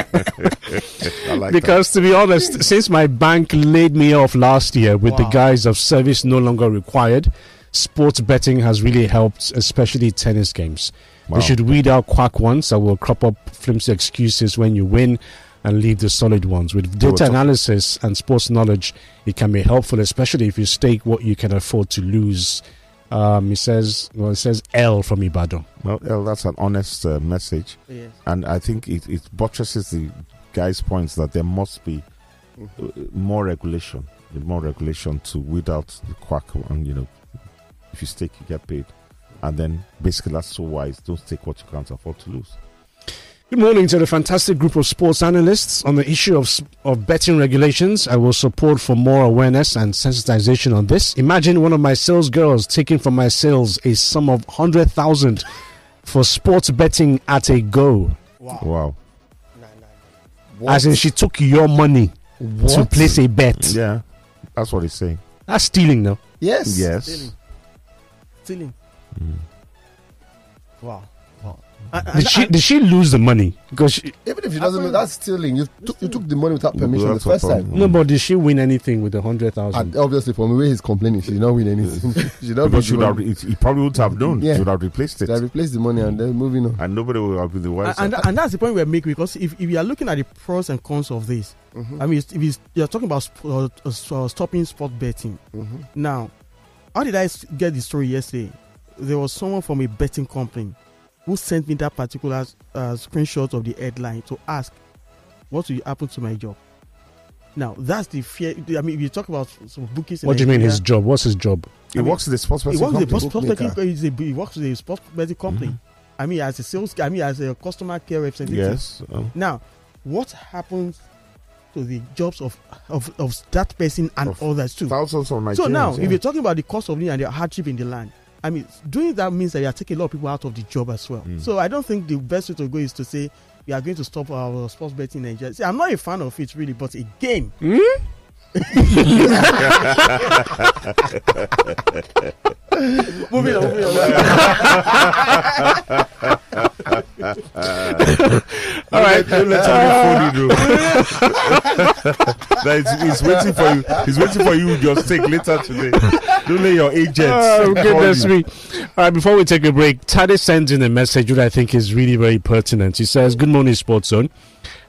[SPEAKER 4] I like
[SPEAKER 3] because to be honest, since my bank laid me off last year with the
[SPEAKER 6] Wow.
[SPEAKER 3] guise of service no longer required, sports betting has really helped, especially tennis games.
[SPEAKER 4] Wow.
[SPEAKER 3] They should weed out quack ones that will crop up flimsy excuses when you win and leave the solid ones. With
[SPEAKER 4] were
[SPEAKER 3] data
[SPEAKER 4] talking-
[SPEAKER 3] analysis and sports knowledge, it can be helpful, especially if you stake what you can afford to lose. Um, it says, well, it says L from Ibadan.
[SPEAKER 4] that. Well, well, that's an honest uh, message.
[SPEAKER 6] Yes.
[SPEAKER 4] and I think it, it buttresses the guy's points that there must be uh, more regulation, more regulation to weed out the quack. And you know, if you stake, you get paid, and then basically that's so wise. Don't take what you can't afford to lose.
[SPEAKER 3] Good morning to the fantastic group of sports analysts. On the issue of, of betting regulations, I will support for more awareness and sensitization on this. Imagine one of my sales girls taking from my sales a sum of 100,000 for sports betting at a go.
[SPEAKER 6] Wow.
[SPEAKER 4] Wow.
[SPEAKER 5] What?
[SPEAKER 3] As in, she took your money to
[SPEAKER 5] What?
[SPEAKER 3] place a bet.
[SPEAKER 4] Yeah, that's what he's saying.
[SPEAKER 3] That's stealing now.
[SPEAKER 5] Yes.
[SPEAKER 4] Yes.
[SPEAKER 6] Stealing. Stealing. Wow.
[SPEAKER 5] Wow.
[SPEAKER 6] And- and-
[SPEAKER 3] Hmm. Did she,
[SPEAKER 6] and-
[SPEAKER 3] did she lose the money? Because she,
[SPEAKER 5] Even if she doesn't know, that's stealing. You took, you took the money without
[SPEAKER 4] Well,
[SPEAKER 5] permission the
[SPEAKER 4] that's what
[SPEAKER 5] first time.
[SPEAKER 4] problem.
[SPEAKER 3] no, but did she win anything with a hundred
[SPEAKER 5] And
[SPEAKER 3] thousand?
[SPEAKER 5] obviously, from the way he's complaining, she did not win anything. she did
[SPEAKER 4] Because
[SPEAKER 5] not get the
[SPEAKER 4] should have,
[SPEAKER 5] money.
[SPEAKER 4] it, he probably would have known.
[SPEAKER 5] Yeah.
[SPEAKER 4] Should have replaced it,
[SPEAKER 5] They replaced the money and then moving on.
[SPEAKER 4] and nobody would have been the wiser.
[SPEAKER 6] and, and that's the point we're making because if, if you are looking at the pros and cons of this, I mean, if it's, you're talking about sp- uh, uh, so- stopping sport betting. Now, how did I s- get the story yesterday? There was someone from a betting company who sent me that particular uh, screenshot of the headline to ask, What will happen to my job? Now, that's the fear. I mean, if you talk about some bookies. in
[SPEAKER 3] What do you mean his
[SPEAKER 6] Nigeria,
[SPEAKER 3] job? What's his job?
[SPEAKER 4] he
[SPEAKER 6] I mean,
[SPEAKER 4] works in the sports
[SPEAKER 6] he
[SPEAKER 4] betting
[SPEAKER 6] works with a
[SPEAKER 4] company.
[SPEAKER 6] sports betting.
[SPEAKER 5] bookmaker.
[SPEAKER 6] he's a- He works with a sports betting
[SPEAKER 3] Mm-hmm.
[SPEAKER 6] company. I mean, as a sales. I mean, as a customer care representative.
[SPEAKER 4] Yes. Um,
[SPEAKER 6] Now, what happens to the jobs of of, of that person and
[SPEAKER 4] Of
[SPEAKER 6] others too?
[SPEAKER 4] thousands of Nigerians.
[SPEAKER 6] So now,
[SPEAKER 4] yeah.
[SPEAKER 6] if you're talking about the cost of living and the hardship in the land, I
[SPEAKER 4] Mm.
[SPEAKER 6] mean, doing that means that you are taking a lot of people out of the job as well. So I don't think the best way to go is to say, you are going to stop our sports betting in Nigeria. See, I'm not a fan of it really, but again,
[SPEAKER 4] Hmm?
[SPEAKER 6] moving on, moving on.
[SPEAKER 4] All right, don't let him phone you. That is, he's waiting for you. He's waiting for you. Just take later today. Don't let your agents.
[SPEAKER 3] Oh,
[SPEAKER 4] call
[SPEAKER 3] goodness
[SPEAKER 4] you.
[SPEAKER 3] me. All right, before we take a break, Tade sends in a message which I think is really very pertinent. He says, Good morning, Sports Zone.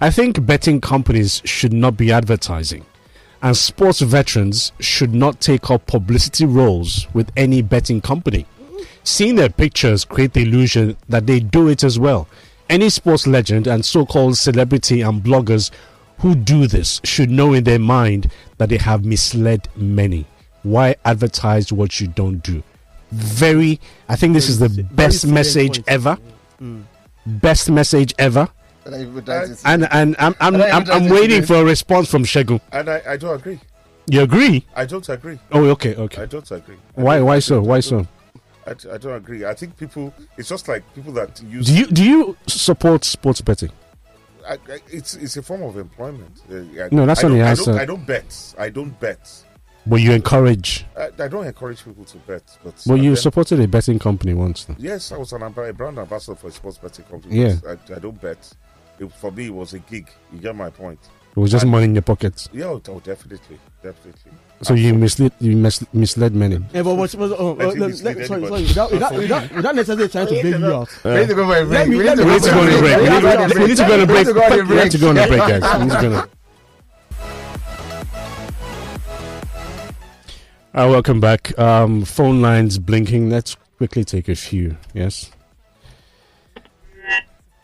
[SPEAKER 3] I think betting companies should not be advertising, and sports veterans should not take up publicity roles with any betting company. Seeing their pictures create the illusion that they do it as well. Any sports legend and so called celebrity and bloggers who do this should know in their mind that they have misled many. Why advertise what you don't do? Very, I think this is the
[SPEAKER 6] Very
[SPEAKER 3] best
[SPEAKER 6] salient
[SPEAKER 3] message
[SPEAKER 6] point.
[SPEAKER 3] ever.
[SPEAKER 5] Mm.
[SPEAKER 3] Best message ever. And and I'm I'm,
[SPEAKER 5] And I
[SPEAKER 3] I'm, I'm
[SPEAKER 5] advertise
[SPEAKER 3] waiting
[SPEAKER 5] it.
[SPEAKER 3] for a response from Shegun.
[SPEAKER 4] And I, I don't agree.
[SPEAKER 3] You agree?
[SPEAKER 4] I don't agree.
[SPEAKER 3] Oh, okay,
[SPEAKER 4] I
[SPEAKER 3] okay.
[SPEAKER 4] don't agree.
[SPEAKER 3] Why why so? Why so?
[SPEAKER 4] I, I don't agree. I think people. It's just like people that use.
[SPEAKER 3] Do you do you support sports betting?
[SPEAKER 4] I, I, it's it's a form of employment. Uh, I-
[SPEAKER 3] No, that's not
[SPEAKER 4] I don't-
[SPEAKER 3] the
[SPEAKER 4] I
[SPEAKER 3] answer.
[SPEAKER 4] don't, I don't bet. I don't bet.
[SPEAKER 3] Well, you encourage.
[SPEAKER 4] I, I don't encourage people to bet. But
[SPEAKER 3] Well,
[SPEAKER 4] I
[SPEAKER 3] you
[SPEAKER 4] bet.
[SPEAKER 3] supported a betting company once. Though.
[SPEAKER 4] Yes, I was an amb- a brand ambassador for a sports betting company.
[SPEAKER 3] Yeah.
[SPEAKER 4] Yes, I, I don't bet. It, for me, it was a gig. You get my point.
[SPEAKER 3] It was just money in your pockets.
[SPEAKER 4] Yeah, oh, oh, definitely, definitely.
[SPEAKER 3] So you misled you mis- misled many.
[SPEAKER 6] Yeah, but what, what, oh,
[SPEAKER 4] Let
[SPEAKER 6] oh,
[SPEAKER 4] it
[SPEAKER 6] let-
[SPEAKER 4] mislead
[SPEAKER 6] let- sorry,
[SPEAKER 4] anybody.
[SPEAKER 6] sorry, without, without, without, without necessarily trying to bail you out.
[SPEAKER 3] Uh,
[SPEAKER 5] Let
[SPEAKER 6] me- let me-
[SPEAKER 3] We need to go on a break. We need,
[SPEAKER 6] Yeah,
[SPEAKER 3] we need to go on a break. We need to go on a break, guys. We need to go on a- All right, Uh, welcome back. Um, phone lines blinking. Let's quickly take a few. Yes.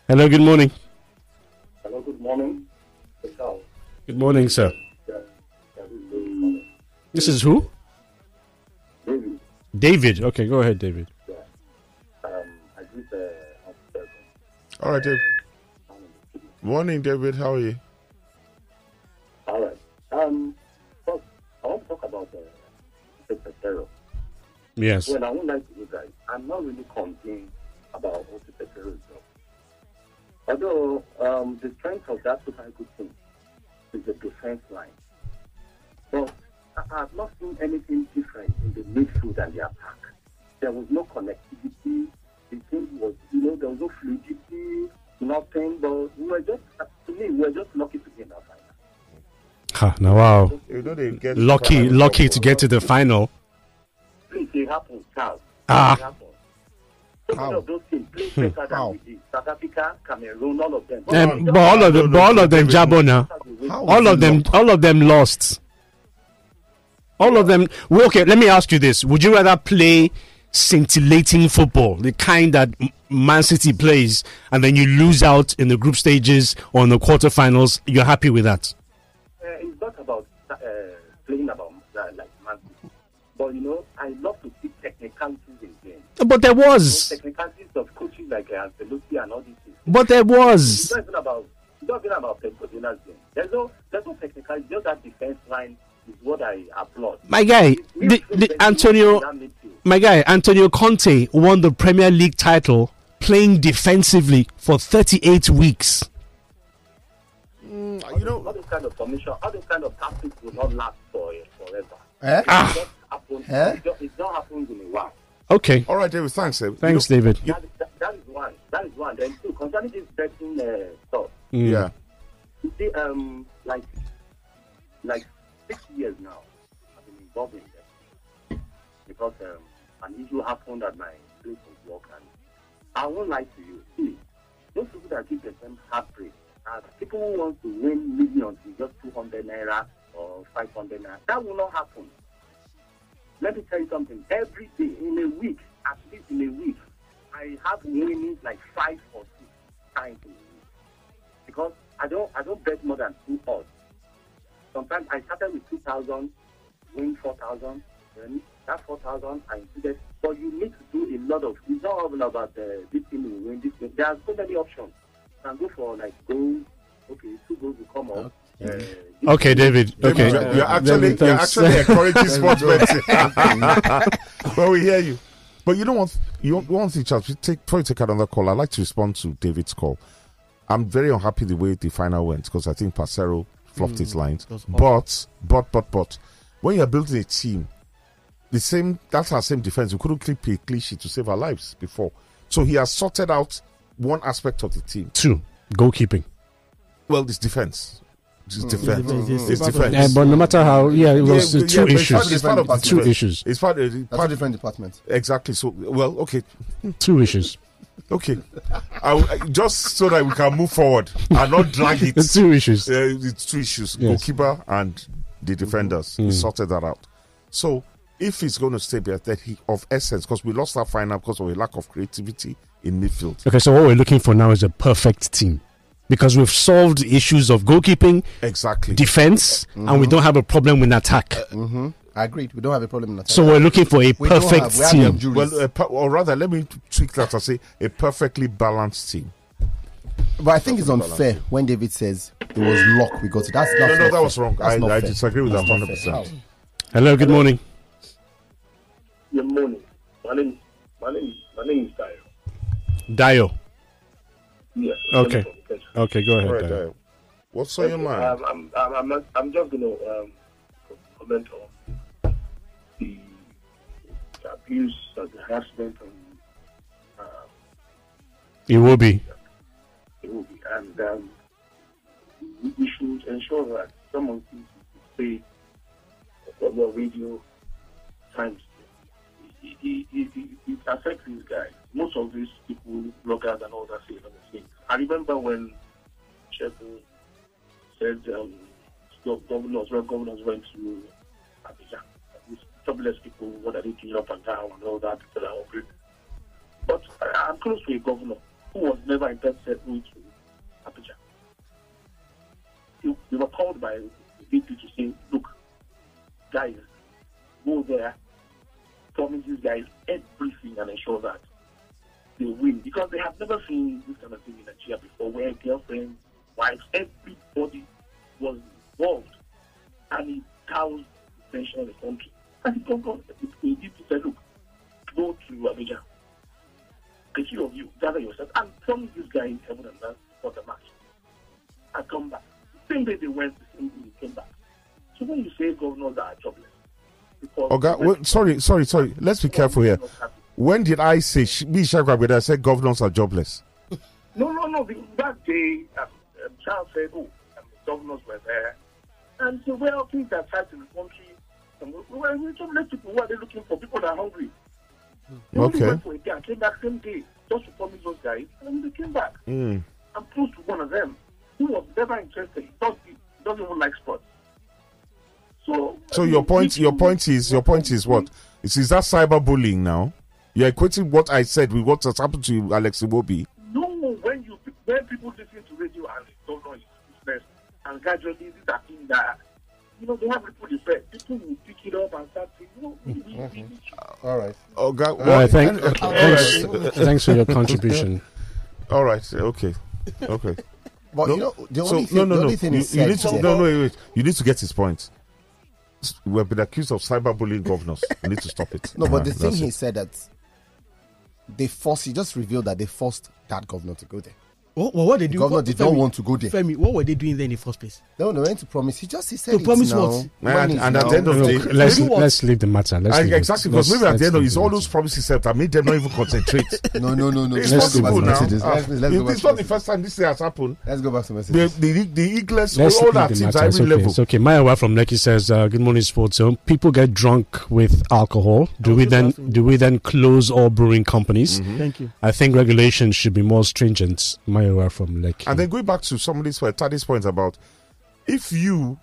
[SPEAKER 3] Hello. Good morning.
[SPEAKER 2] Hello, good morning. Mr. Charles.
[SPEAKER 3] Good morning, sir.
[SPEAKER 2] Yeah, yeah, this is David Mohammed.
[SPEAKER 3] This is who?
[SPEAKER 2] David,
[SPEAKER 3] David. Okay, go ahead, David.
[SPEAKER 2] um, I greet uh, Uncle Ferguson.
[SPEAKER 4] All right, David. Morning, David. How are you?
[SPEAKER 2] All right. Um, first, I want to talk about the Mr. Petero.
[SPEAKER 3] Yes.
[SPEAKER 2] Well, I would like to you guys. I'm not really convinced about what the Petero is doing. Although um, the strength of that society team is the defense line. But I have not seen anything different in the midfield and the attack. There was no connectivity. The team was, you know, there was no fluidity, nothing. But we were just, to me, we were just lucky to be in that final.
[SPEAKER 3] Ha, now, wow.
[SPEAKER 4] You know they get
[SPEAKER 3] Lucky, lucky to get to the final.
[SPEAKER 2] Please, it happens, Charles.
[SPEAKER 3] Ah.
[SPEAKER 2] It happens. So many of those teams play better than we did. South Africa, Cameroon, all of them.
[SPEAKER 3] Um, but all of them, but all of them, Jabona. all of them all of them lost all of them well, okay let me ask you this would you rather play scintillating football the kind that M- man city plays and then you lose out in the group stages or in the quarterfinals you're happy with that
[SPEAKER 2] Uh, it's not about uh, playing about uh, like Man City. But, you know, I love to see technicalities in games.
[SPEAKER 3] but there
[SPEAKER 2] Those
[SPEAKER 3] was
[SPEAKER 2] technicalities of coaching like uh, Ancelotti and all these things.
[SPEAKER 3] but there
[SPEAKER 2] It's
[SPEAKER 3] was
[SPEAKER 2] not even about it's not even about Pep Guardiola's game. There's no there's no technical just that defense line is what I applaud.
[SPEAKER 3] my guy the,
[SPEAKER 2] Midfield
[SPEAKER 3] the
[SPEAKER 2] defense
[SPEAKER 3] antonio
[SPEAKER 2] is that midfield.
[SPEAKER 3] my guy antonio conte won the premier league title playing defensively for 38 weeks
[SPEAKER 4] You know,
[SPEAKER 2] all this kind of formation, all this kind of tactics will not last for forever.
[SPEAKER 5] Eh?
[SPEAKER 2] It just happens.
[SPEAKER 5] Eh?
[SPEAKER 2] It, just, it not happens in a while.
[SPEAKER 3] okay
[SPEAKER 4] all right, David. Thanks, David.
[SPEAKER 3] thanks
[SPEAKER 4] you know,
[SPEAKER 3] david
[SPEAKER 2] That, that, that is one. That is one. Then two, concerning this betting uh, stuff,
[SPEAKER 3] Mm.
[SPEAKER 4] Yeah,
[SPEAKER 2] you see, um, like, like six years now, I've been involved in this because um, an issue happened at my place of work, and I won't lie to you. See, those people that give themselves heartbreak, as people who want to win millions with just 200 naira or 500 naira, that will not happen. Let me tell you something. Every day in a week, at least in a week, I have winnings like five or six times in a week because I don't I don't bet more than two odds. Sometimes I started with two thousand, win four thousand, then that four thousand I included. But you need to do a lot of. It's not all about uh, this thing will win this thing. There are so many options. You can go for like goals. Okay, two goals will come up. Uh,
[SPEAKER 3] Okay, David. Okay,
[SPEAKER 4] You're, you're
[SPEAKER 3] Uh,
[SPEAKER 4] actually,
[SPEAKER 3] David,
[SPEAKER 4] you're
[SPEAKER 3] thanks.
[SPEAKER 4] actually encouraging sports betting. but we hear you. But you know what? You want, you want to take, before you take another call, I'd like to respond to David's call. I'm very unhappy the way the final went because I think Parcero fluffed his lines.
[SPEAKER 6] it was awful.
[SPEAKER 4] But, but, but, but, when you're building a team, the same that's our same defense. We couldn't keep a cliche to save our lives before. So he has sorted out one aspect of the team.
[SPEAKER 3] Two, goalkeeping.
[SPEAKER 4] Well, this defense. It's Hmm. defense.
[SPEAKER 6] It's defense,
[SPEAKER 4] It's
[SPEAKER 6] it's
[SPEAKER 4] defense.
[SPEAKER 3] Eh, but no matter how, yeah, it was
[SPEAKER 4] Yeah,
[SPEAKER 3] uh,
[SPEAKER 4] yeah,
[SPEAKER 3] two
[SPEAKER 4] but it's part-
[SPEAKER 3] issues.
[SPEAKER 4] it's part of our
[SPEAKER 3] Two
[SPEAKER 4] defense.
[SPEAKER 3] issues.
[SPEAKER 4] It's part of,
[SPEAKER 7] That's a
[SPEAKER 4] part of
[SPEAKER 7] different department.
[SPEAKER 4] exactly. So, well, okay,
[SPEAKER 3] Two issues.
[SPEAKER 4] okay. I, will- just so that we can move forward and not drag it.
[SPEAKER 3] It's two issues.
[SPEAKER 4] Uh, it's two
[SPEAKER 3] Yes.
[SPEAKER 4] issues:
[SPEAKER 3] Mm.
[SPEAKER 4] goalkeeper and the defenders. He sorted that out. So if he's going to stay there, that he of essence, because we lost our final because of a lack of creativity in midfield.
[SPEAKER 3] Okay, so what we're looking for now is a perfect team because we've solved issues of goalkeeping,
[SPEAKER 4] Exactly.
[SPEAKER 3] defense, and we don't have a problem with attack.
[SPEAKER 7] Agreed. We don't have a problem in that.
[SPEAKER 3] so we're looking for a
[SPEAKER 7] we don't
[SPEAKER 3] perfect
[SPEAKER 7] have, we have
[SPEAKER 3] team.
[SPEAKER 7] injuries.
[SPEAKER 4] well, uh, a per- or rather, let me tweak that and say a perfectly balanced team.
[SPEAKER 7] but I think it's unfair when David says it was luck we got it. That's, that's
[SPEAKER 4] No, no,
[SPEAKER 7] not
[SPEAKER 4] that
[SPEAKER 7] fair.
[SPEAKER 4] was wrong.
[SPEAKER 7] That's
[SPEAKER 4] I,
[SPEAKER 7] not
[SPEAKER 4] I
[SPEAKER 7] fair.
[SPEAKER 4] disagree with that
[SPEAKER 7] That's not
[SPEAKER 4] hundred
[SPEAKER 7] fair.
[SPEAKER 4] percent.
[SPEAKER 3] Hello, good morning.
[SPEAKER 2] Good morning. My name, my name, my name is Tyro.
[SPEAKER 3] Dio.
[SPEAKER 2] Yes.
[SPEAKER 3] Okay.
[SPEAKER 2] Telephone, thank you.
[SPEAKER 3] Okay, go ahead.
[SPEAKER 4] Right,
[SPEAKER 3] Dio.
[SPEAKER 4] uh, what's on your mind?
[SPEAKER 2] Um, I'm, I'm, I'm, I'm just going to um, co- comment on the the abuse and the harassment on
[SPEAKER 3] It will be.
[SPEAKER 2] the movie. And um, we- we should ensure that someone thinks we should pay on the radio times. It, it, it, it, it affects these guys. Most of these people, bloggers and all that, say other things. I remember when Sheku said um, gov- governors, when governors went to Abidjan, these jobless people, what are they doing up and down and all that, "Oh, that are hungry. But I, I'm close to a governor who was never interested in to Abuja. He- They were called by the VP to say, look, guys, go there, promise these guys everything and ensure that they win. Because they have never seen this kind of thing in Nigeria before, where girlfriends, wives, everybody was involved. And it caused tension in the country. And the governor, the VP said, look, go to Abuja the two of you gather yourself and promise this guy in heaven and earth for the match. And come back. The same day they went, the same day they came back. So when you say governors are jobless, because
[SPEAKER 4] Okay, well, sorry, sorry, sorry. Let's be careful here. When did I say sh- me Shagrabeda? I said governors are jobless.
[SPEAKER 2] No, no, no. the- That day, um, um, Charles said, oh, and the governors were there. And so, well, things are tight in the country. And we, we were we jobless people. What are they looking for? People that are hungry. They only
[SPEAKER 4] Okay.
[SPEAKER 2] went for a day and came back same day just to promise those guys. And they came back.
[SPEAKER 4] Hmm.
[SPEAKER 2] I'm close to one of them who was never interested. He doesn't, he doesn't even like sports. So,
[SPEAKER 4] So
[SPEAKER 2] I mean,
[SPEAKER 4] your point,
[SPEAKER 2] if
[SPEAKER 4] your
[SPEAKER 2] you-
[SPEAKER 4] point is, your point is what? Is, is that cyberbullying now? You're equating what I said with what has happened to you, Alex Iwobi.
[SPEAKER 2] No, when you when people listen to radio and they don't know it's business, and gradually these are things that you know they have people effect. People will pick it up and start saying, you know, we, we, we, we
[SPEAKER 7] All right.
[SPEAKER 4] Oh God!
[SPEAKER 3] All right, thank,
[SPEAKER 4] all,
[SPEAKER 3] thanks,
[SPEAKER 4] right.
[SPEAKER 3] thanks for your contribution.
[SPEAKER 4] all right, okay, okay.
[SPEAKER 7] But you
[SPEAKER 4] No,
[SPEAKER 7] know, the
[SPEAKER 4] so
[SPEAKER 7] only thing,
[SPEAKER 4] no, no,
[SPEAKER 7] the
[SPEAKER 4] no.
[SPEAKER 7] only
[SPEAKER 4] You,
[SPEAKER 7] thing
[SPEAKER 4] you
[SPEAKER 7] is said
[SPEAKER 4] need to
[SPEAKER 7] there-
[SPEAKER 4] no, no, wait, wait. You need to get his point. S- We've been accused of cyberbullying governors. We need to stop it.
[SPEAKER 7] No, but the
[SPEAKER 4] Uh,
[SPEAKER 7] thing
[SPEAKER 4] that's
[SPEAKER 7] he
[SPEAKER 4] it.
[SPEAKER 7] said that they forced, he just revealed that they forced that governor to go there.
[SPEAKER 6] What, what, what they do?
[SPEAKER 7] governor
[SPEAKER 6] what,
[SPEAKER 7] did not
[SPEAKER 6] Femi-
[SPEAKER 7] want to go there.
[SPEAKER 6] Femi, what were they doing there in the first place?
[SPEAKER 7] No, no, went to promise. He just he said
[SPEAKER 6] To
[SPEAKER 7] it
[SPEAKER 6] promise
[SPEAKER 7] now.
[SPEAKER 6] what?
[SPEAKER 7] Man
[SPEAKER 4] And-
[SPEAKER 7] is
[SPEAKER 4] and at
[SPEAKER 7] now.
[SPEAKER 4] the end of the day,
[SPEAKER 3] Look, let's
[SPEAKER 6] Maybe what-
[SPEAKER 3] let's leave the matter. Let's
[SPEAKER 4] I-
[SPEAKER 3] leave it.
[SPEAKER 4] exactly because
[SPEAKER 3] Let's-
[SPEAKER 4] maybe at the
[SPEAKER 3] let's
[SPEAKER 4] end of
[SPEAKER 3] leave
[SPEAKER 4] it's
[SPEAKER 3] the
[SPEAKER 4] all
[SPEAKER 3] matter.
[SPEAKER 4] those promises set that made them not even concentrate.
[SPEAKER 7] No, no, no, no.
[SPEAKER 4] It's
[SPEAKER 7] let's go
[SPEAKER 4] possible
[SPEAKER 7] back to
[SPEAKER 4] now.
[SPEAKER 7] messages.
[SPEAKER 4] Uh,
[SPEAKER 7] Let's, let's go back
[SPEAKER 4] it's
[SPEAKER 7] to
[SPEAKER 4] not the
[SPEAKER 7] messages.
[SPEAKER 4] first time this thing has happened.
[SPEAKER 7] Let's go back to
[SPEAKER 4] The
[SPEAKER 7] messages.
[SPEAKER 4] the the Eagles,
[SPEAKER 3] Let's
[SPEAKER 4] all
[SPEAKER 3] leave
[SPEAKER 4] our
[SPEAKER 3] the
[SPEAKER 4] teams,
[SPEAKER 3] matter.
[SPEAKER 4] every
[SPEAKER 3] It's okay.
[SPEAKER 4] level.
[SPEAKER 3] It's okay. Maya from Lekki says, uh, "Good morning, sports zone. People get drunk with alcohol. Do we then do we then close all brewing companies?
[SPEAKER 4] Mm-hmm.
[SPEAKER 6] Thank you.
[SPEAKER 3] I think regulations should be more stringent." Maya from Lekki.
[SPEAKER 4] And then going back to somebody's point, Taddy's point about if you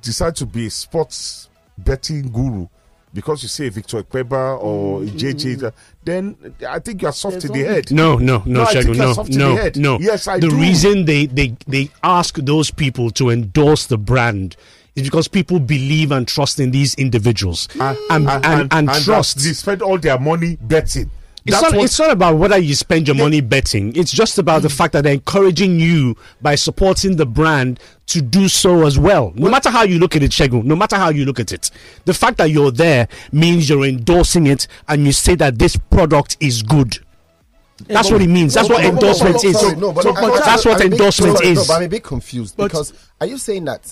[SPEAKER 4] decide to be a sports betting guru because you say Victor Ekweba or JJ, that- then I think you are soft in the head.
[SPEAKER 3] no, no, no,
[SPEAKER 4] No, I think
[SPEAKER 3] Shagun,
[SPEAKER 4] you're
[SPEAKER 3] no,
[SPEAKER 4] soft in the
[SPEAKER 3] no,
[SPEAKER 4] head.
[SPEAKER 3] no.
[SPEAKER 4] Yes, I
[SPEAKER 3] The
[SPEAKER 4] do.
[SPEAKER 3] reason they, they they ask those people to endorse the brand is because people believe and trust in these individuals
[SPEAKER 4] Ah,
[SPEAKER 3] and, and, and,
[SPEAKER 4] that
[SPEAKER 3] trust.
[SPEAKER 4] They spend all their money betting.
[SPEAKER 3] It's
[SPEAKER 4] That's
[SPEAKER 3] not,
[SPEAKER 4] what-
[SPEAKER 3] it's not about whether you spend your money betting. It's just about
[SPEAKER 7] Mm.
[SPEAKER 3] the fact that they're encouraging you by supporting the brand to do so as well. No matter how you look at it, Shegun, no matter how you look at it, the fact that you're there means you're endorsing it and you say that this product is good. That's what it means. That's what
[SPEAKER 7] No, no,
[SPEAKER 3] endorsement
[SPEAKER 7] no, no,
[SPEAKER 3] is.
[SPEAKER 7] sorry, no, but
[SPEAKER 3] So-
[SPEAKER 7] I- I-
[SPEAKER 3] That's
[SPEAKER 7] I- I'm
[SPEAKER 3] what
[SPEAKER 7] a bit-
[SPEAKER 3] endorsement
[SPEAKER 7] sorry, no,
[SPEAKER 3] is.
[SPEAKER 7] but I'm a bit confused
[SPEAKER 6] But-
[SPEAKER 7] because are you saying that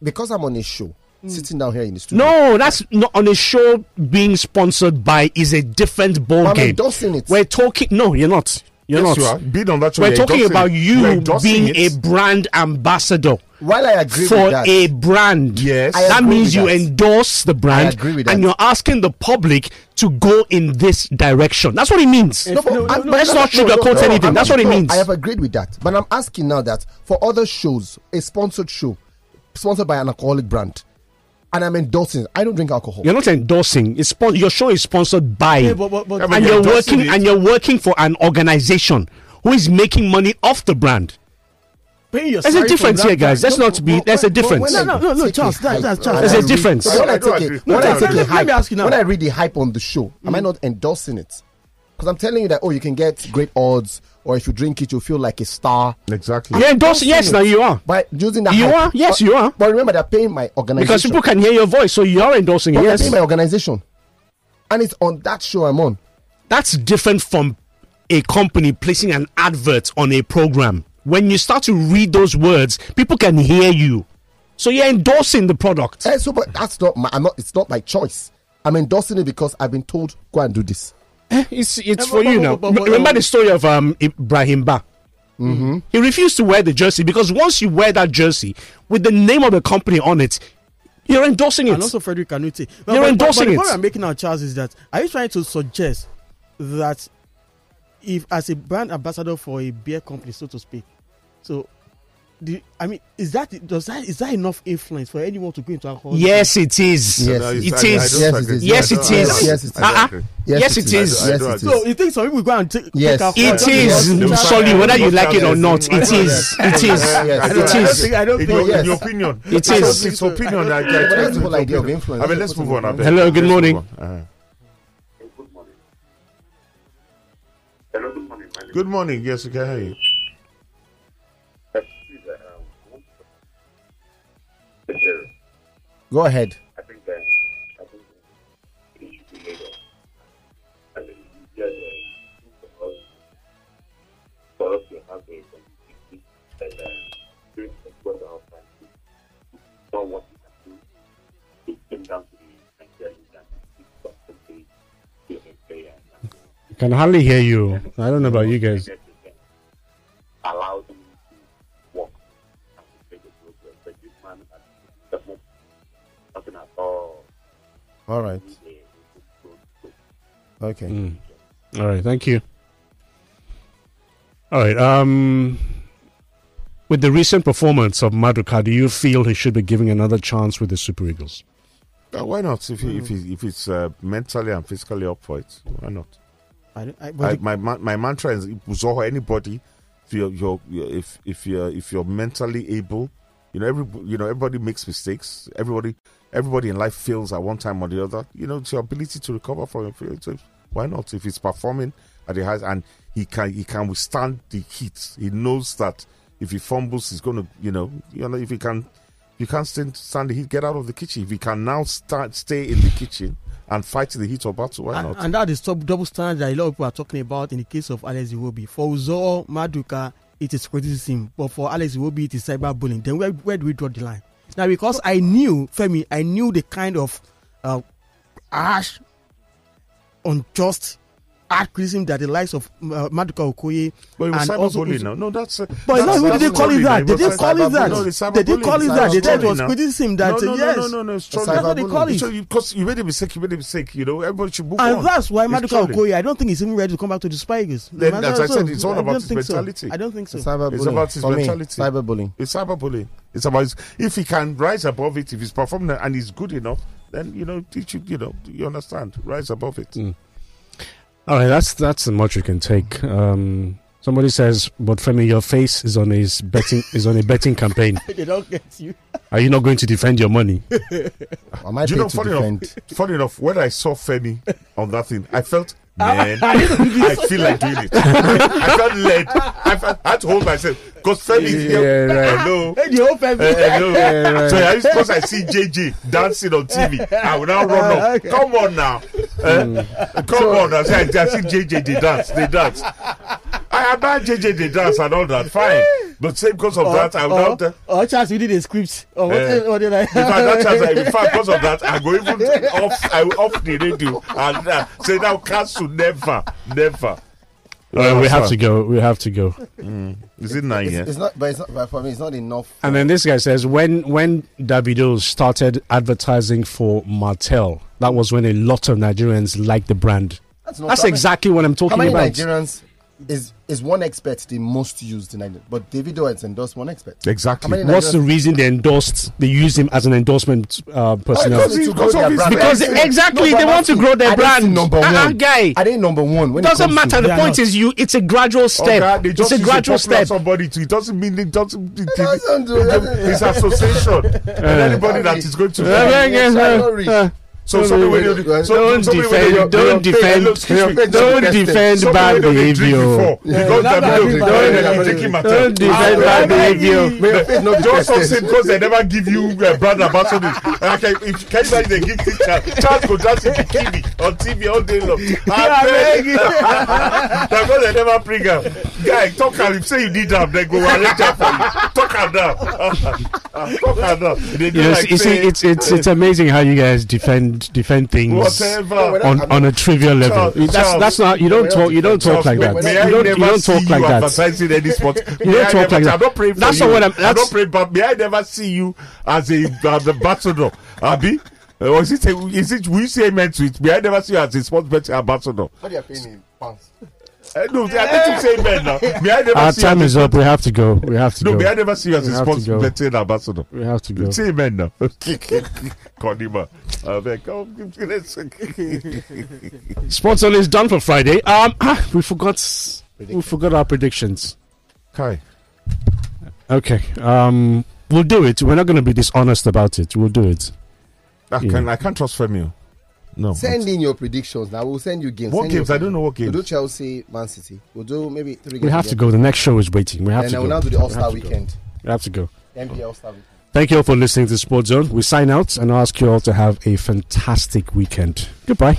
[SPEAKER 7] because I'm on a show, sitting down here in the studio?
[SPEAKER 3] Hmm. No, that's not on a show being sponsored by is a different ball
[SPEAKER 7] I'm
[SPEAKER 3] game.
[SPEAKER 7] endorsing it.
[SPEAKER 3] We're talking. No, you're not. You're
[SPEAKER 4] Yes,
[SPEAKER 3] not.
[SPEAKER 4] you are. Being on that show,
[SPEAKER 3] We're
[SPEAKER 4] you're
[SPEAKER 3] talking
[SPEAKER 4] endorsing-
[SPEAKER 3] about
[SPEAKER 4] you're
[SPEAKER 3] you
[SPEAKER 4] endorsing
[SPEAKER 3] being
[SPEAKER 4] it.
[SPEAKER 3] a brand ambassador
[SPEAKER 7] While I agree
[SPEAKER 3] for
[SPEAKER 7] with that,
[SPEAKER 3] a brand.
[SPEAKER 4] Yes. I
[SPEAKER 3] that
[SPEAKER 7] agree with
[SPEAKER 3] means you
[SPEAKER 7] that.
[SPEAKER 3] endorse the brand,
[SPEAKER 7] agree with
[SPEAKER 3] and
[SPEAKER 7] that.
[SPEAKER 3] you're asking the public to go in this direction. That's what it means.
[SPEAKER 7] No, but I'm-
[SPEAKER 3] no, let's not sugarcoat anything.
[SPEAKER 7] I'm
[SPEAKER 3] That's
[SPEAKER 7] not-
[SPEAKER 3] what it
[SPEAKER 7] no,
[SPEAKER 3] means.
[SPEAKER 7] I have agreed with that, but I'm asking now that for other shows, a sponsored show, sponsored by an alcoholic brand, and I'm endorsing. it. I don't drink alcohol.
[SPEAKER 3] You're not endorsing. It's spon- your show is sponsored by,
[SPEAKER 6] Yeah, but- but- but- Yeah, but
[SPEAKER 3] and
[SPEAKER 4] you're
[SPEAKER 3] you're
[SPEAKER 4] endorsing
[SPEAKER 3] working
[SPEAKER 4] it.
[SPEAKER 3] and you're working for an organization who is making money off the brand.
[SPEAKER 6] Paying your
[SPEAKER 3] There's a
[SPEAKER 6] salary for
[SPEAKER 3] difference
[SPEAKER 6] that
[SPEAKER 3] here, guys. Let's
[SPEAKER 6] brand-
[SPEAKER 3] not be.
[SPEAKER 6] but-
[SPEAKER 3] There's a
[SPEAKER 6] but- but when
[SPEAKER 3] difference.
[SPEAKER 6] I- No, no, no,
[SPEAKER 7] Take a
[SPEAKER 6] Charles, that-
[SPEAKER 7] hype.
[SPEAKER 6] that's Charles.
[SPEAKER 7] When
[SPEAKER 3] There's a
[SPEAKER 7] I read-
[SPEAKER 3] difference.
[SPEAKER 7] When I
[SPEAKER 4] I don't
[SPEAKER 7] take
[SPEAKER 4] agree.
[SPEAKER 7] a- when
[SPEAKER 6] No,
[SPEAKER 7] I
[SPEAKER 6] Charles,
[SPEAKER 7] take a
[SPEAKER 6] let me- let me ask you
[SPEAKER 7] hype,
[SPEAKER 6] now. Mm.
[SPEAKER 7] when I read the hype on the show, am I not endorsing it? Because I'm telling you that oh, you can get great odds, or if you drink it, you'll feel like a star.
[SPEAKER 4] Exactly.
[SPEAKER 3] You're endorsing. Yes,
[SPEAKER 7] it.
[SPEAKER 3] now you are.
[SPEAKER 7] By using that,
[SPEAKER 3] You
[SPEAKER 7] hype.
[SPEAKER 3] are? Yes,
[SPEAKER 7] But-
[SPEAKER 3] you are.
[SPEAKER 7] But remember, they're paying my organization.
[SPEAKER 3] Because people can hear your voice, so you are endorsing. it,
[SPEAKER 7] But they're
[SPEAKER 3] Yes,
[SPEAKER 7] paying my organization, and it's on that show I'm on.
[SPEAKER 3] that's different from a company placing an advert on a program. When you start to read those words, people can hear you. So you're endorsing the product.
[SPEAKER 7] Eh, so, but that's not my. I'm not. It's not my choice. I'm endorsing it because I've been told go and do this.
[SPEAKER 3] Eh, It's it's
[SPEAKER 6] Yeah,
[SPEAKER 3] for
[SPEAKER 6] Eh, but-
[SPEAKER 3] you
[SPEAKER 6] but-
[SPEAKER 3] now.
[SPEAKER 6] but- but- but-
[SPEAKER 3] Remember the story of um Ibrahim Ba. He refused to wear the jersey because once you wear that jersey with the name of the company on it, you're endorsing it.
[SPEAKER 6] and also Frederick Anute.
[SPEAKER 3] You're endorsing
[SPEAKER 6] but,
[SPEAKER 3] it.
[SPEAKER 6] The point I'm making now, Charles, is that are you trying to suggest that if as a brand ambassador for a beer company, so to speak, so the I mean, is that does that is that enough influence for anyone to go into alcohol?
[SPEAKER 3] yes, it is.
[SPEAKER 7] Yes.
[SPEAKER 4] No, it's-
[SPEAKER 3] It
[SPEAKER 4] I- I
[SPEAKER 3] is.
[SPEAKER 4] don't
[SPEAKER 7] Yes, it
[SPEAKER 4] agree.
[SPEAKER 7] is.
[SPEAKER 3] Yes,
[SPEAKER 4] I
[SPEAKER 3] it
[SPEAKER 4] don't- I
[SPEAKER 3] is.
[SPEAKER 4] don't-
[SPEAKER 7] Yes, it is.
[SPEAKER 4] I don't
[SPEAKER 3] Uh-uh.
[SPEAKER 4] agree.
[SPEAKER 3] Yes, it is.
[SPEAKER 4] I
[SPEAKER 7] Yes,
[SPEAKER 4] do
[SPEAKER 7] it
[SPEAKER 4] agree.
[SPEAKER 7] is.
[SPEAKER 6] So you think some people go and take,
[SPEAKER 7] Yes.
[SPEAKER 6] take alcohol?
[SPEAKER 3] It
[SPEAKER 6] just
[SPEAKER 3] is.
[SPEAKER 6] because-
[SPEAKER 4] No,
[SPEAKER 3] Sorry,
[SPEAKER 4] sorry,
[SPEAKER 3] whether you
[SPEAKER 4] no,
[SPEAKER 3] like it or
[SPEAKER 4] yes,
[SPEAKER 3] not,
[SPEAKER 4] no,
[SPEAKER 3] it
[SPEAKER 7] Yes.
[SPEAKER 3] is. It is. It
[SPEAKER 6] I don't
[SPEAKER 3] is.
[SPEAKER 6] think, I don't
[SPEAKER 4] In
[SPEAKER 6] think
[SPEAKER 4] your, in
[SPEAKER 7] yes.
[SPEAKER 4] your opinion,
[SPEAKER 3] It
[SPEAKER 4] I don't
[SPEAKER 3] is.
[SPEAKER 4] think It's opinion. I, I,
[SPEAKER 7] But
[SPEAKER 4] I,
[SPEAKER 7] that's the whole idea of influence.
[SPEAKER 4] I mean,
[SPEAKER 7] That's
[SPEAKER 4] let's
[SPEAKER 7] what
[SPEAKER 4] move on. I
[SPEAKER 7] people
[SPEAKER 4] beg.
[SPEAKER 3] Hello, good
[SPEAKER 4] Let's
[SPEAKER 3] morning.
[SPEAKER 4] move on. Uh-huh.
[SPEAKER 2] Hey, good morning. Hello, good morning. My name
[SPEAKER 4] Good morning. Yes, we can hear you.
[SPEAKER 2] is- Please, uh, I want to- Mr.
[SPEAKER 7] Go ahead.
[SPEAKER 2] I think that I think it should be made up. I mean, it's just uh, for us- for us to have a consistency and uh, doing what our friends do, not what we can do. It came down to the Nigerian that it's got to be to the player and uh,
[SPEAKER 3] I can hardly hear you. I don't know about you guys.
[SPEAKER 2] represent, allow him to work and to make a progress. But this man uh, has definitely nothing at all.
[SPEAKER 7] All right. Okay.
[SPEAKER 3] All right, thank you. All right, um, with the recent performance of Maduka, do you feel he should be given another chance with the Super Eagles?
[SPEAKER 4] Uh, why not? If, he, if, he, if it's uh, mentally and physically up for it, why not?
[SPEAKER 6] I don't, I, but
[SPEAKER 4] I,
[SPEAKER 6] the-
[SPEAKER 4] my ma- my mantra is Uzoho, anybody if you're, you're, you're if if you're if you're mentally able you know every you know everybody makes mistakes everybody everybody in life fails at one time or the other you know it's your ability to recover from your failures why not if he's performing at the highest and he can he can withstand the heat he knows that if he fumbles he's going to you know you know if he can you can't stand, stand the heat get out of the kitchen if he can now start stay in the kitchen and fight the heat of battle why
[SPEAKER 6] and,
[SPEAKER 4] not
[SPEAKER 6] and that is top double standard that a lot of people are talking about in the case of Alex Iwobi. For Uzo Maduka, it is criticism, but for Alex Iwobi, it is cyberbullying. Then where, where do we draw the line? Now, because I knew Femi, I knew the kind of uh, harsh, unjust, hard criticism that the likes of uh, Maduka Okoye
[SPEAKER 4] But it was
[SPEAKER 6] and also
[SPEAKER 4] cyberbullying
[SPEAKER 6] Uzo-
[SPEAKER 4] now. No, that's. uh,
[SPEAKER 6] But
[SPEAKER 4] that's-
[SPEAKER 6] no, we
[SPEAKER 4] that's
[SPEAKER 6] didn't call it
[SPEAKER 4] bullying now.
[SPEAKER 6] that. They
[SPEAKER 4] was
[SPEAKER 6] didn't call it
[SPEAKER 4] cyberbullying.
[SPEAKER 6] that.
[SPEAKER 4] No, it's
[SPEAKER 6] They didn't
[SPEAKER 4] cyberbullying.
[SPEAKER 6] call it that. They
[SPEAKER 4] Cyberbullying
[SPEAKER 6] said it was
[SPEAKER 4] now.
[SPEAKER 6] criticism that,
[SPEAKER 4] No, no,
[SPEAKER 6] yes.
[SPEAKER 4] No, no, no, no. It's trolling.
[SPEAKER 6] That's what they call it.
[SPEAKER 4] So you, because you made a mistake, you made a mistake. You know, everybody should move on.
[SPEAKER 6] And that's why
[SPEAKER 4] It's
[SPEAKER 6] Maduka
[SPEAKER 4] trolling.
[SPEAKER 6] Okoye, I don't think he's even ready to come back to the Spikers.
[SPEAKER 4] Then, as I said, it's all about his
[SPEAKER 6] think so.
[SPEAKER 4] mentality.
[SPEAKER 6] I don't think so.
[SPEAKER 7] Cyberbullying.
[SPEAKER 4] It's about his
[SPEAKER 7] For me,
[SPEAKER 4] mentality.
[SPEAKER 7] cyberbullying.
[SPEAKER 4] It's cyberbullying. It's about his, if he can rise above it, if he's performing and he's good enough, then you know, teach you, you know, you understand, rise above it.
[SPEAKER 3] All right, that's that's as much you can take. Um, somebody says, "But Femi, your face is on his betting is on a betting campaign.
[SPEAKER 6] they don't get you.
[SPEAKER 3] Are you not going to defend your money?"
[SPEAKER 7] Am I
[SPEAKER 4] Do you
[SPEAKER 7] paid
[SPEAKER 4] know,
[SPEAKER 7] to
[SPEAKER 4] funny enough,
[SPEAKER 7] defend?
[SPEAKER 4] funny enough, when I saw Femi on that thing, I felt, man, I feel like doing it. I felt led. I, felt, I had to hold myself because Femi is here.
[SPEAKER 3] Yeah, right.
[SPEAKER 4] Hello.
[SPEAKER 6] Hey, the whole family.
[SPEAKER 4] Eh, hello. So I because I see JJ dancing on TV, I will now run
[SPEAKER 6] Ah,
[SPEAKER 4] up.
[SPEAKER 6] okay.
[SPEAKER 4] Come on now. Eh? Come on, I see, I see JJ they dance, they dance. I admire JJ they dance and all that, fine. But say because of that, I would
[SPEAKER 6] or,
[SPEAKER 4] not. Uh,
[SPEAKER 6] or chance we did a script. Or what,
[SPEAKER 4] Eh.
[SPEAKER 6] what did I?
[SPEAKER 4] if I had that chance, I- in fact, because of that, I go even off. I will off the radio and uh, say now cancel never, never.
[SPEAKER 3] Uh, we have to go. We have to go.
[SPEAKER 4] Is it nine? Yeah.
[SPEAKER 5] It's not, but it's not. But for me, it's not enough.
[SPEAKER 3] And then this guy says, when when Davido started advertising for Martell, that was when a lot of Nigerians liked the brand.
[SPEAKER 5] That's, not
[SPEAKER 3] That's
[SPEAKER 5] how many-
[SPEAKER 3] exactly what I'm
[SPEAKER 5] How
[SPEAKER 3] talking
[SPEAKER 5] many
[SPEAKER 3] about.
[SPEAKER 5] Nigerians is is one expert the most used in Nigeria? But Davido has endorsed one expert.
[SPEAKER 4] Exactly.
[SPEAKER 5] How many
[SPEAKER 3] What's
[SPEAKER 5] Nigerians-
[SPEAKER 3] the reason they endorsed? They used him as an endorsement
[SPEAKER 4] Oh,
[SPEAKER 3] uh, personnel.
[SPEAKER 4] Because he- because of his
[SPEAKER 3] Because exactly, they want to grow their brand.
[SPEAKER 5] Number one,
[SPEAKER 3] Uh-uh, guy.
[SPEAKER 5] Are they number one? When it
[SPEAKER 3] Doesn't
[SPEAKER 5] comes to-
[SPEAKER 3] matter. The
[SPEAKER 6] They are
[SPEAKER 3] point
[SPEAKER 6] not.
[SPEAKER 3] is, you. It's a gradual step.
[SPEAKER 4] Oga, Oh, they
[SPEAKER 3] it's
[SPEAKER 4] just
[SPEAKER 3] a
[SPEAKER 4] use
[SPEAKER 3] gradual
[SPEAKER 4] popular
[SPEAKER 3] step.
[SPEAKER 4] Somebody to it doesn't mean it doesn't. It
[SPEAKER 5] doesn't do it.
[SPEAKER 4] It's association. and anybody that is going to.
[SPEAKER 3] Yeah, yeah, yeah,
[SPEAKER 5] I'm not rich.
[SPEAKER 3] uh,
[SPEAKER 4] So somebody when you
[SPEAKER 5] Don't
[SPEAKER 4] so,
[SPEAKER 3] Don't
[SPEAKER 4] somebody when you-
[SPEAKER 3] defend. Don't
[SPEAKER 4] Hey,
[SPEAKER 3] defend.
[SPEAKER 4] hello, excuse me.
[SPEAKER 3] Don't
[SPEAKER 5] Somebody
[SPEAKER 3] defend
[SPEAKER 4] Somebody
[SPEAKER 3] bad
[SPEAKER 4] when they drink
[SPEAKER 3] behavior.
[SPEAKER 4] before, Because
[SPEAKER 6] Yeah,
[SPEAKER 4] they
[SPEAKER 6] don't
[SPEAKER 4] don't
[SPEAKER 5] defend-
[SPEAKER 4] they
[SPEAKER 5] don't
[SPEAKER 4] are taking my
[SPEAKER 3] Don't
[SPEAKER 4] time. Ah,
[SPEAKER 3] defend bad behavior.
[SPEAKER 5] May your faith not be
[SPEAKER 4] Just so
[SPEAKER 5] tested.
[SPEAKER 4] because they never give you uh, brand ambassador. Okay, if can you imagine they give this child, child go dance in bikini on TV all day long. I beg. Na because they never bring am. Guy, talk am. If say you need am, they go arrange am for you. Talk am now. Talk am now. They do
[SPEAKER 3] Yes,
[SPEAKER 4] like
[SPEAKER 3] you see,
[SPEAKER 4] say,
[SPEAKER 3] it's it's it's amazing how you guys defend defend things
[SPEAKER 4] whatever.
[SPEAKER 3] on on a trivial level.
[SPEAKER 4] Charles,
[SPEAKER 3] that's
[SPEAKER 4] Charles,
[SPEAKER 3] that's not you don't talk you don't talk
[SPEAKER 4] Charles,
[SPEAKER 3] like
[SPEAKER 4] may-
[SPEAKER 3] that.
[SPEAKER 4] may
[SPEAKER 3] You
[SPEAKER 4] I
[SPEAKER 3] don't you
[SPEAKER 4] never
[SPEAKER 3] don't
[SPEAKER 4] see
[SPEAKER 3] talk like
[SPEAKER 4] you
[SPEAKER 3] that.
[SPEAKER 4] Advertising any sport. You
[SPEAKER 3] don't talk like that.
[SPEAKER 4] I'm not praying for
[SPEAKER 3] That's
[SPEAKER 4] you.
[SPEAKER 3] not what I'm-
[SPEAKER 4] I'm
[SPEAKER 3] that's-
[SPEAKER 4] not praying, but may I never see you as a as ambassador, Abi? Uh, Or is it? A, is it? Will you say amen to it? May I never see you as a sports betting ambassador?
[SPEAKER 5] What they are paying in pounds.
[SPEAKER 4] Uh, no, I need to say amen now. May I never
[SPEAKER 3] Our
[SPEAKER 4] see you
[SPEAKER 3] time
[SPEAKER 4] as
[SPEAKER 3] is up. We have to go. We have to
[SPEAKER 4] a, no? May
[SPEAKER 3] go.
[SPEAKER 4] I never see you as
[SPEAKER 3] We
[SPEAKER 4] a
[SPEAKER 3] have to
[SPEAKER 4] sports
[SPEAKER 3] go.
[SPEAKER 4] betting ambassador?
[SPEAKER 3] We have to go.
[SPEAKER 4] Say amen now. Konima, I beg. Come, give me a second.
[SPEAKER 3] Sports only is done for Friday. Um, ah, we forgot we forgot our predictions.
[SPEAKER 4] Kai.
[SPEAKER 3] Okay. Um, we'll do it. We're not going to be dishonest about it. We'll do it.
[SPEAKER 4] I
[SPEAKER 3] Yeah.
[SPEAKER 4] can I can't trust Femio. No.
[SPEAKER 5] Send in your predictions now. We'll send you games.
[SPEAKER 4] what
[SPEAKER 5] Send
[SPEAKER 4] games?
[SPEAKER 5] your-
[SPEAKER 4] I don't know what
[SPEAKER 5] We'll do
[SPEAKER 4] games.
[SPEAKER 5] Chelsea, Man City. We'll do maybe three games.
[SPEAKER 3] We have to
[SPEAKER 5] again.
[SPEAKER 3] go. The next show is waiting. We have
[SPEAKER 5] Then
[SPEAKER 3] to
[SPEAKER 5] I will
[SPEAKER 3] go.
[SPEAKER 5] now do the
[SPEAKER 3] We
[SPEAKER 5] All Star
[SPEAKER 3] have to go.
[SPEAKER 5] weekend.
[SPEAKER 3] We have to go.
[SPEAKER 5] NBA All Star weekend.
[SPEAKER 3] Thank you all for listening to Sports Zone. We sign out and ask you all to have a fantastic weekend. Goodbye.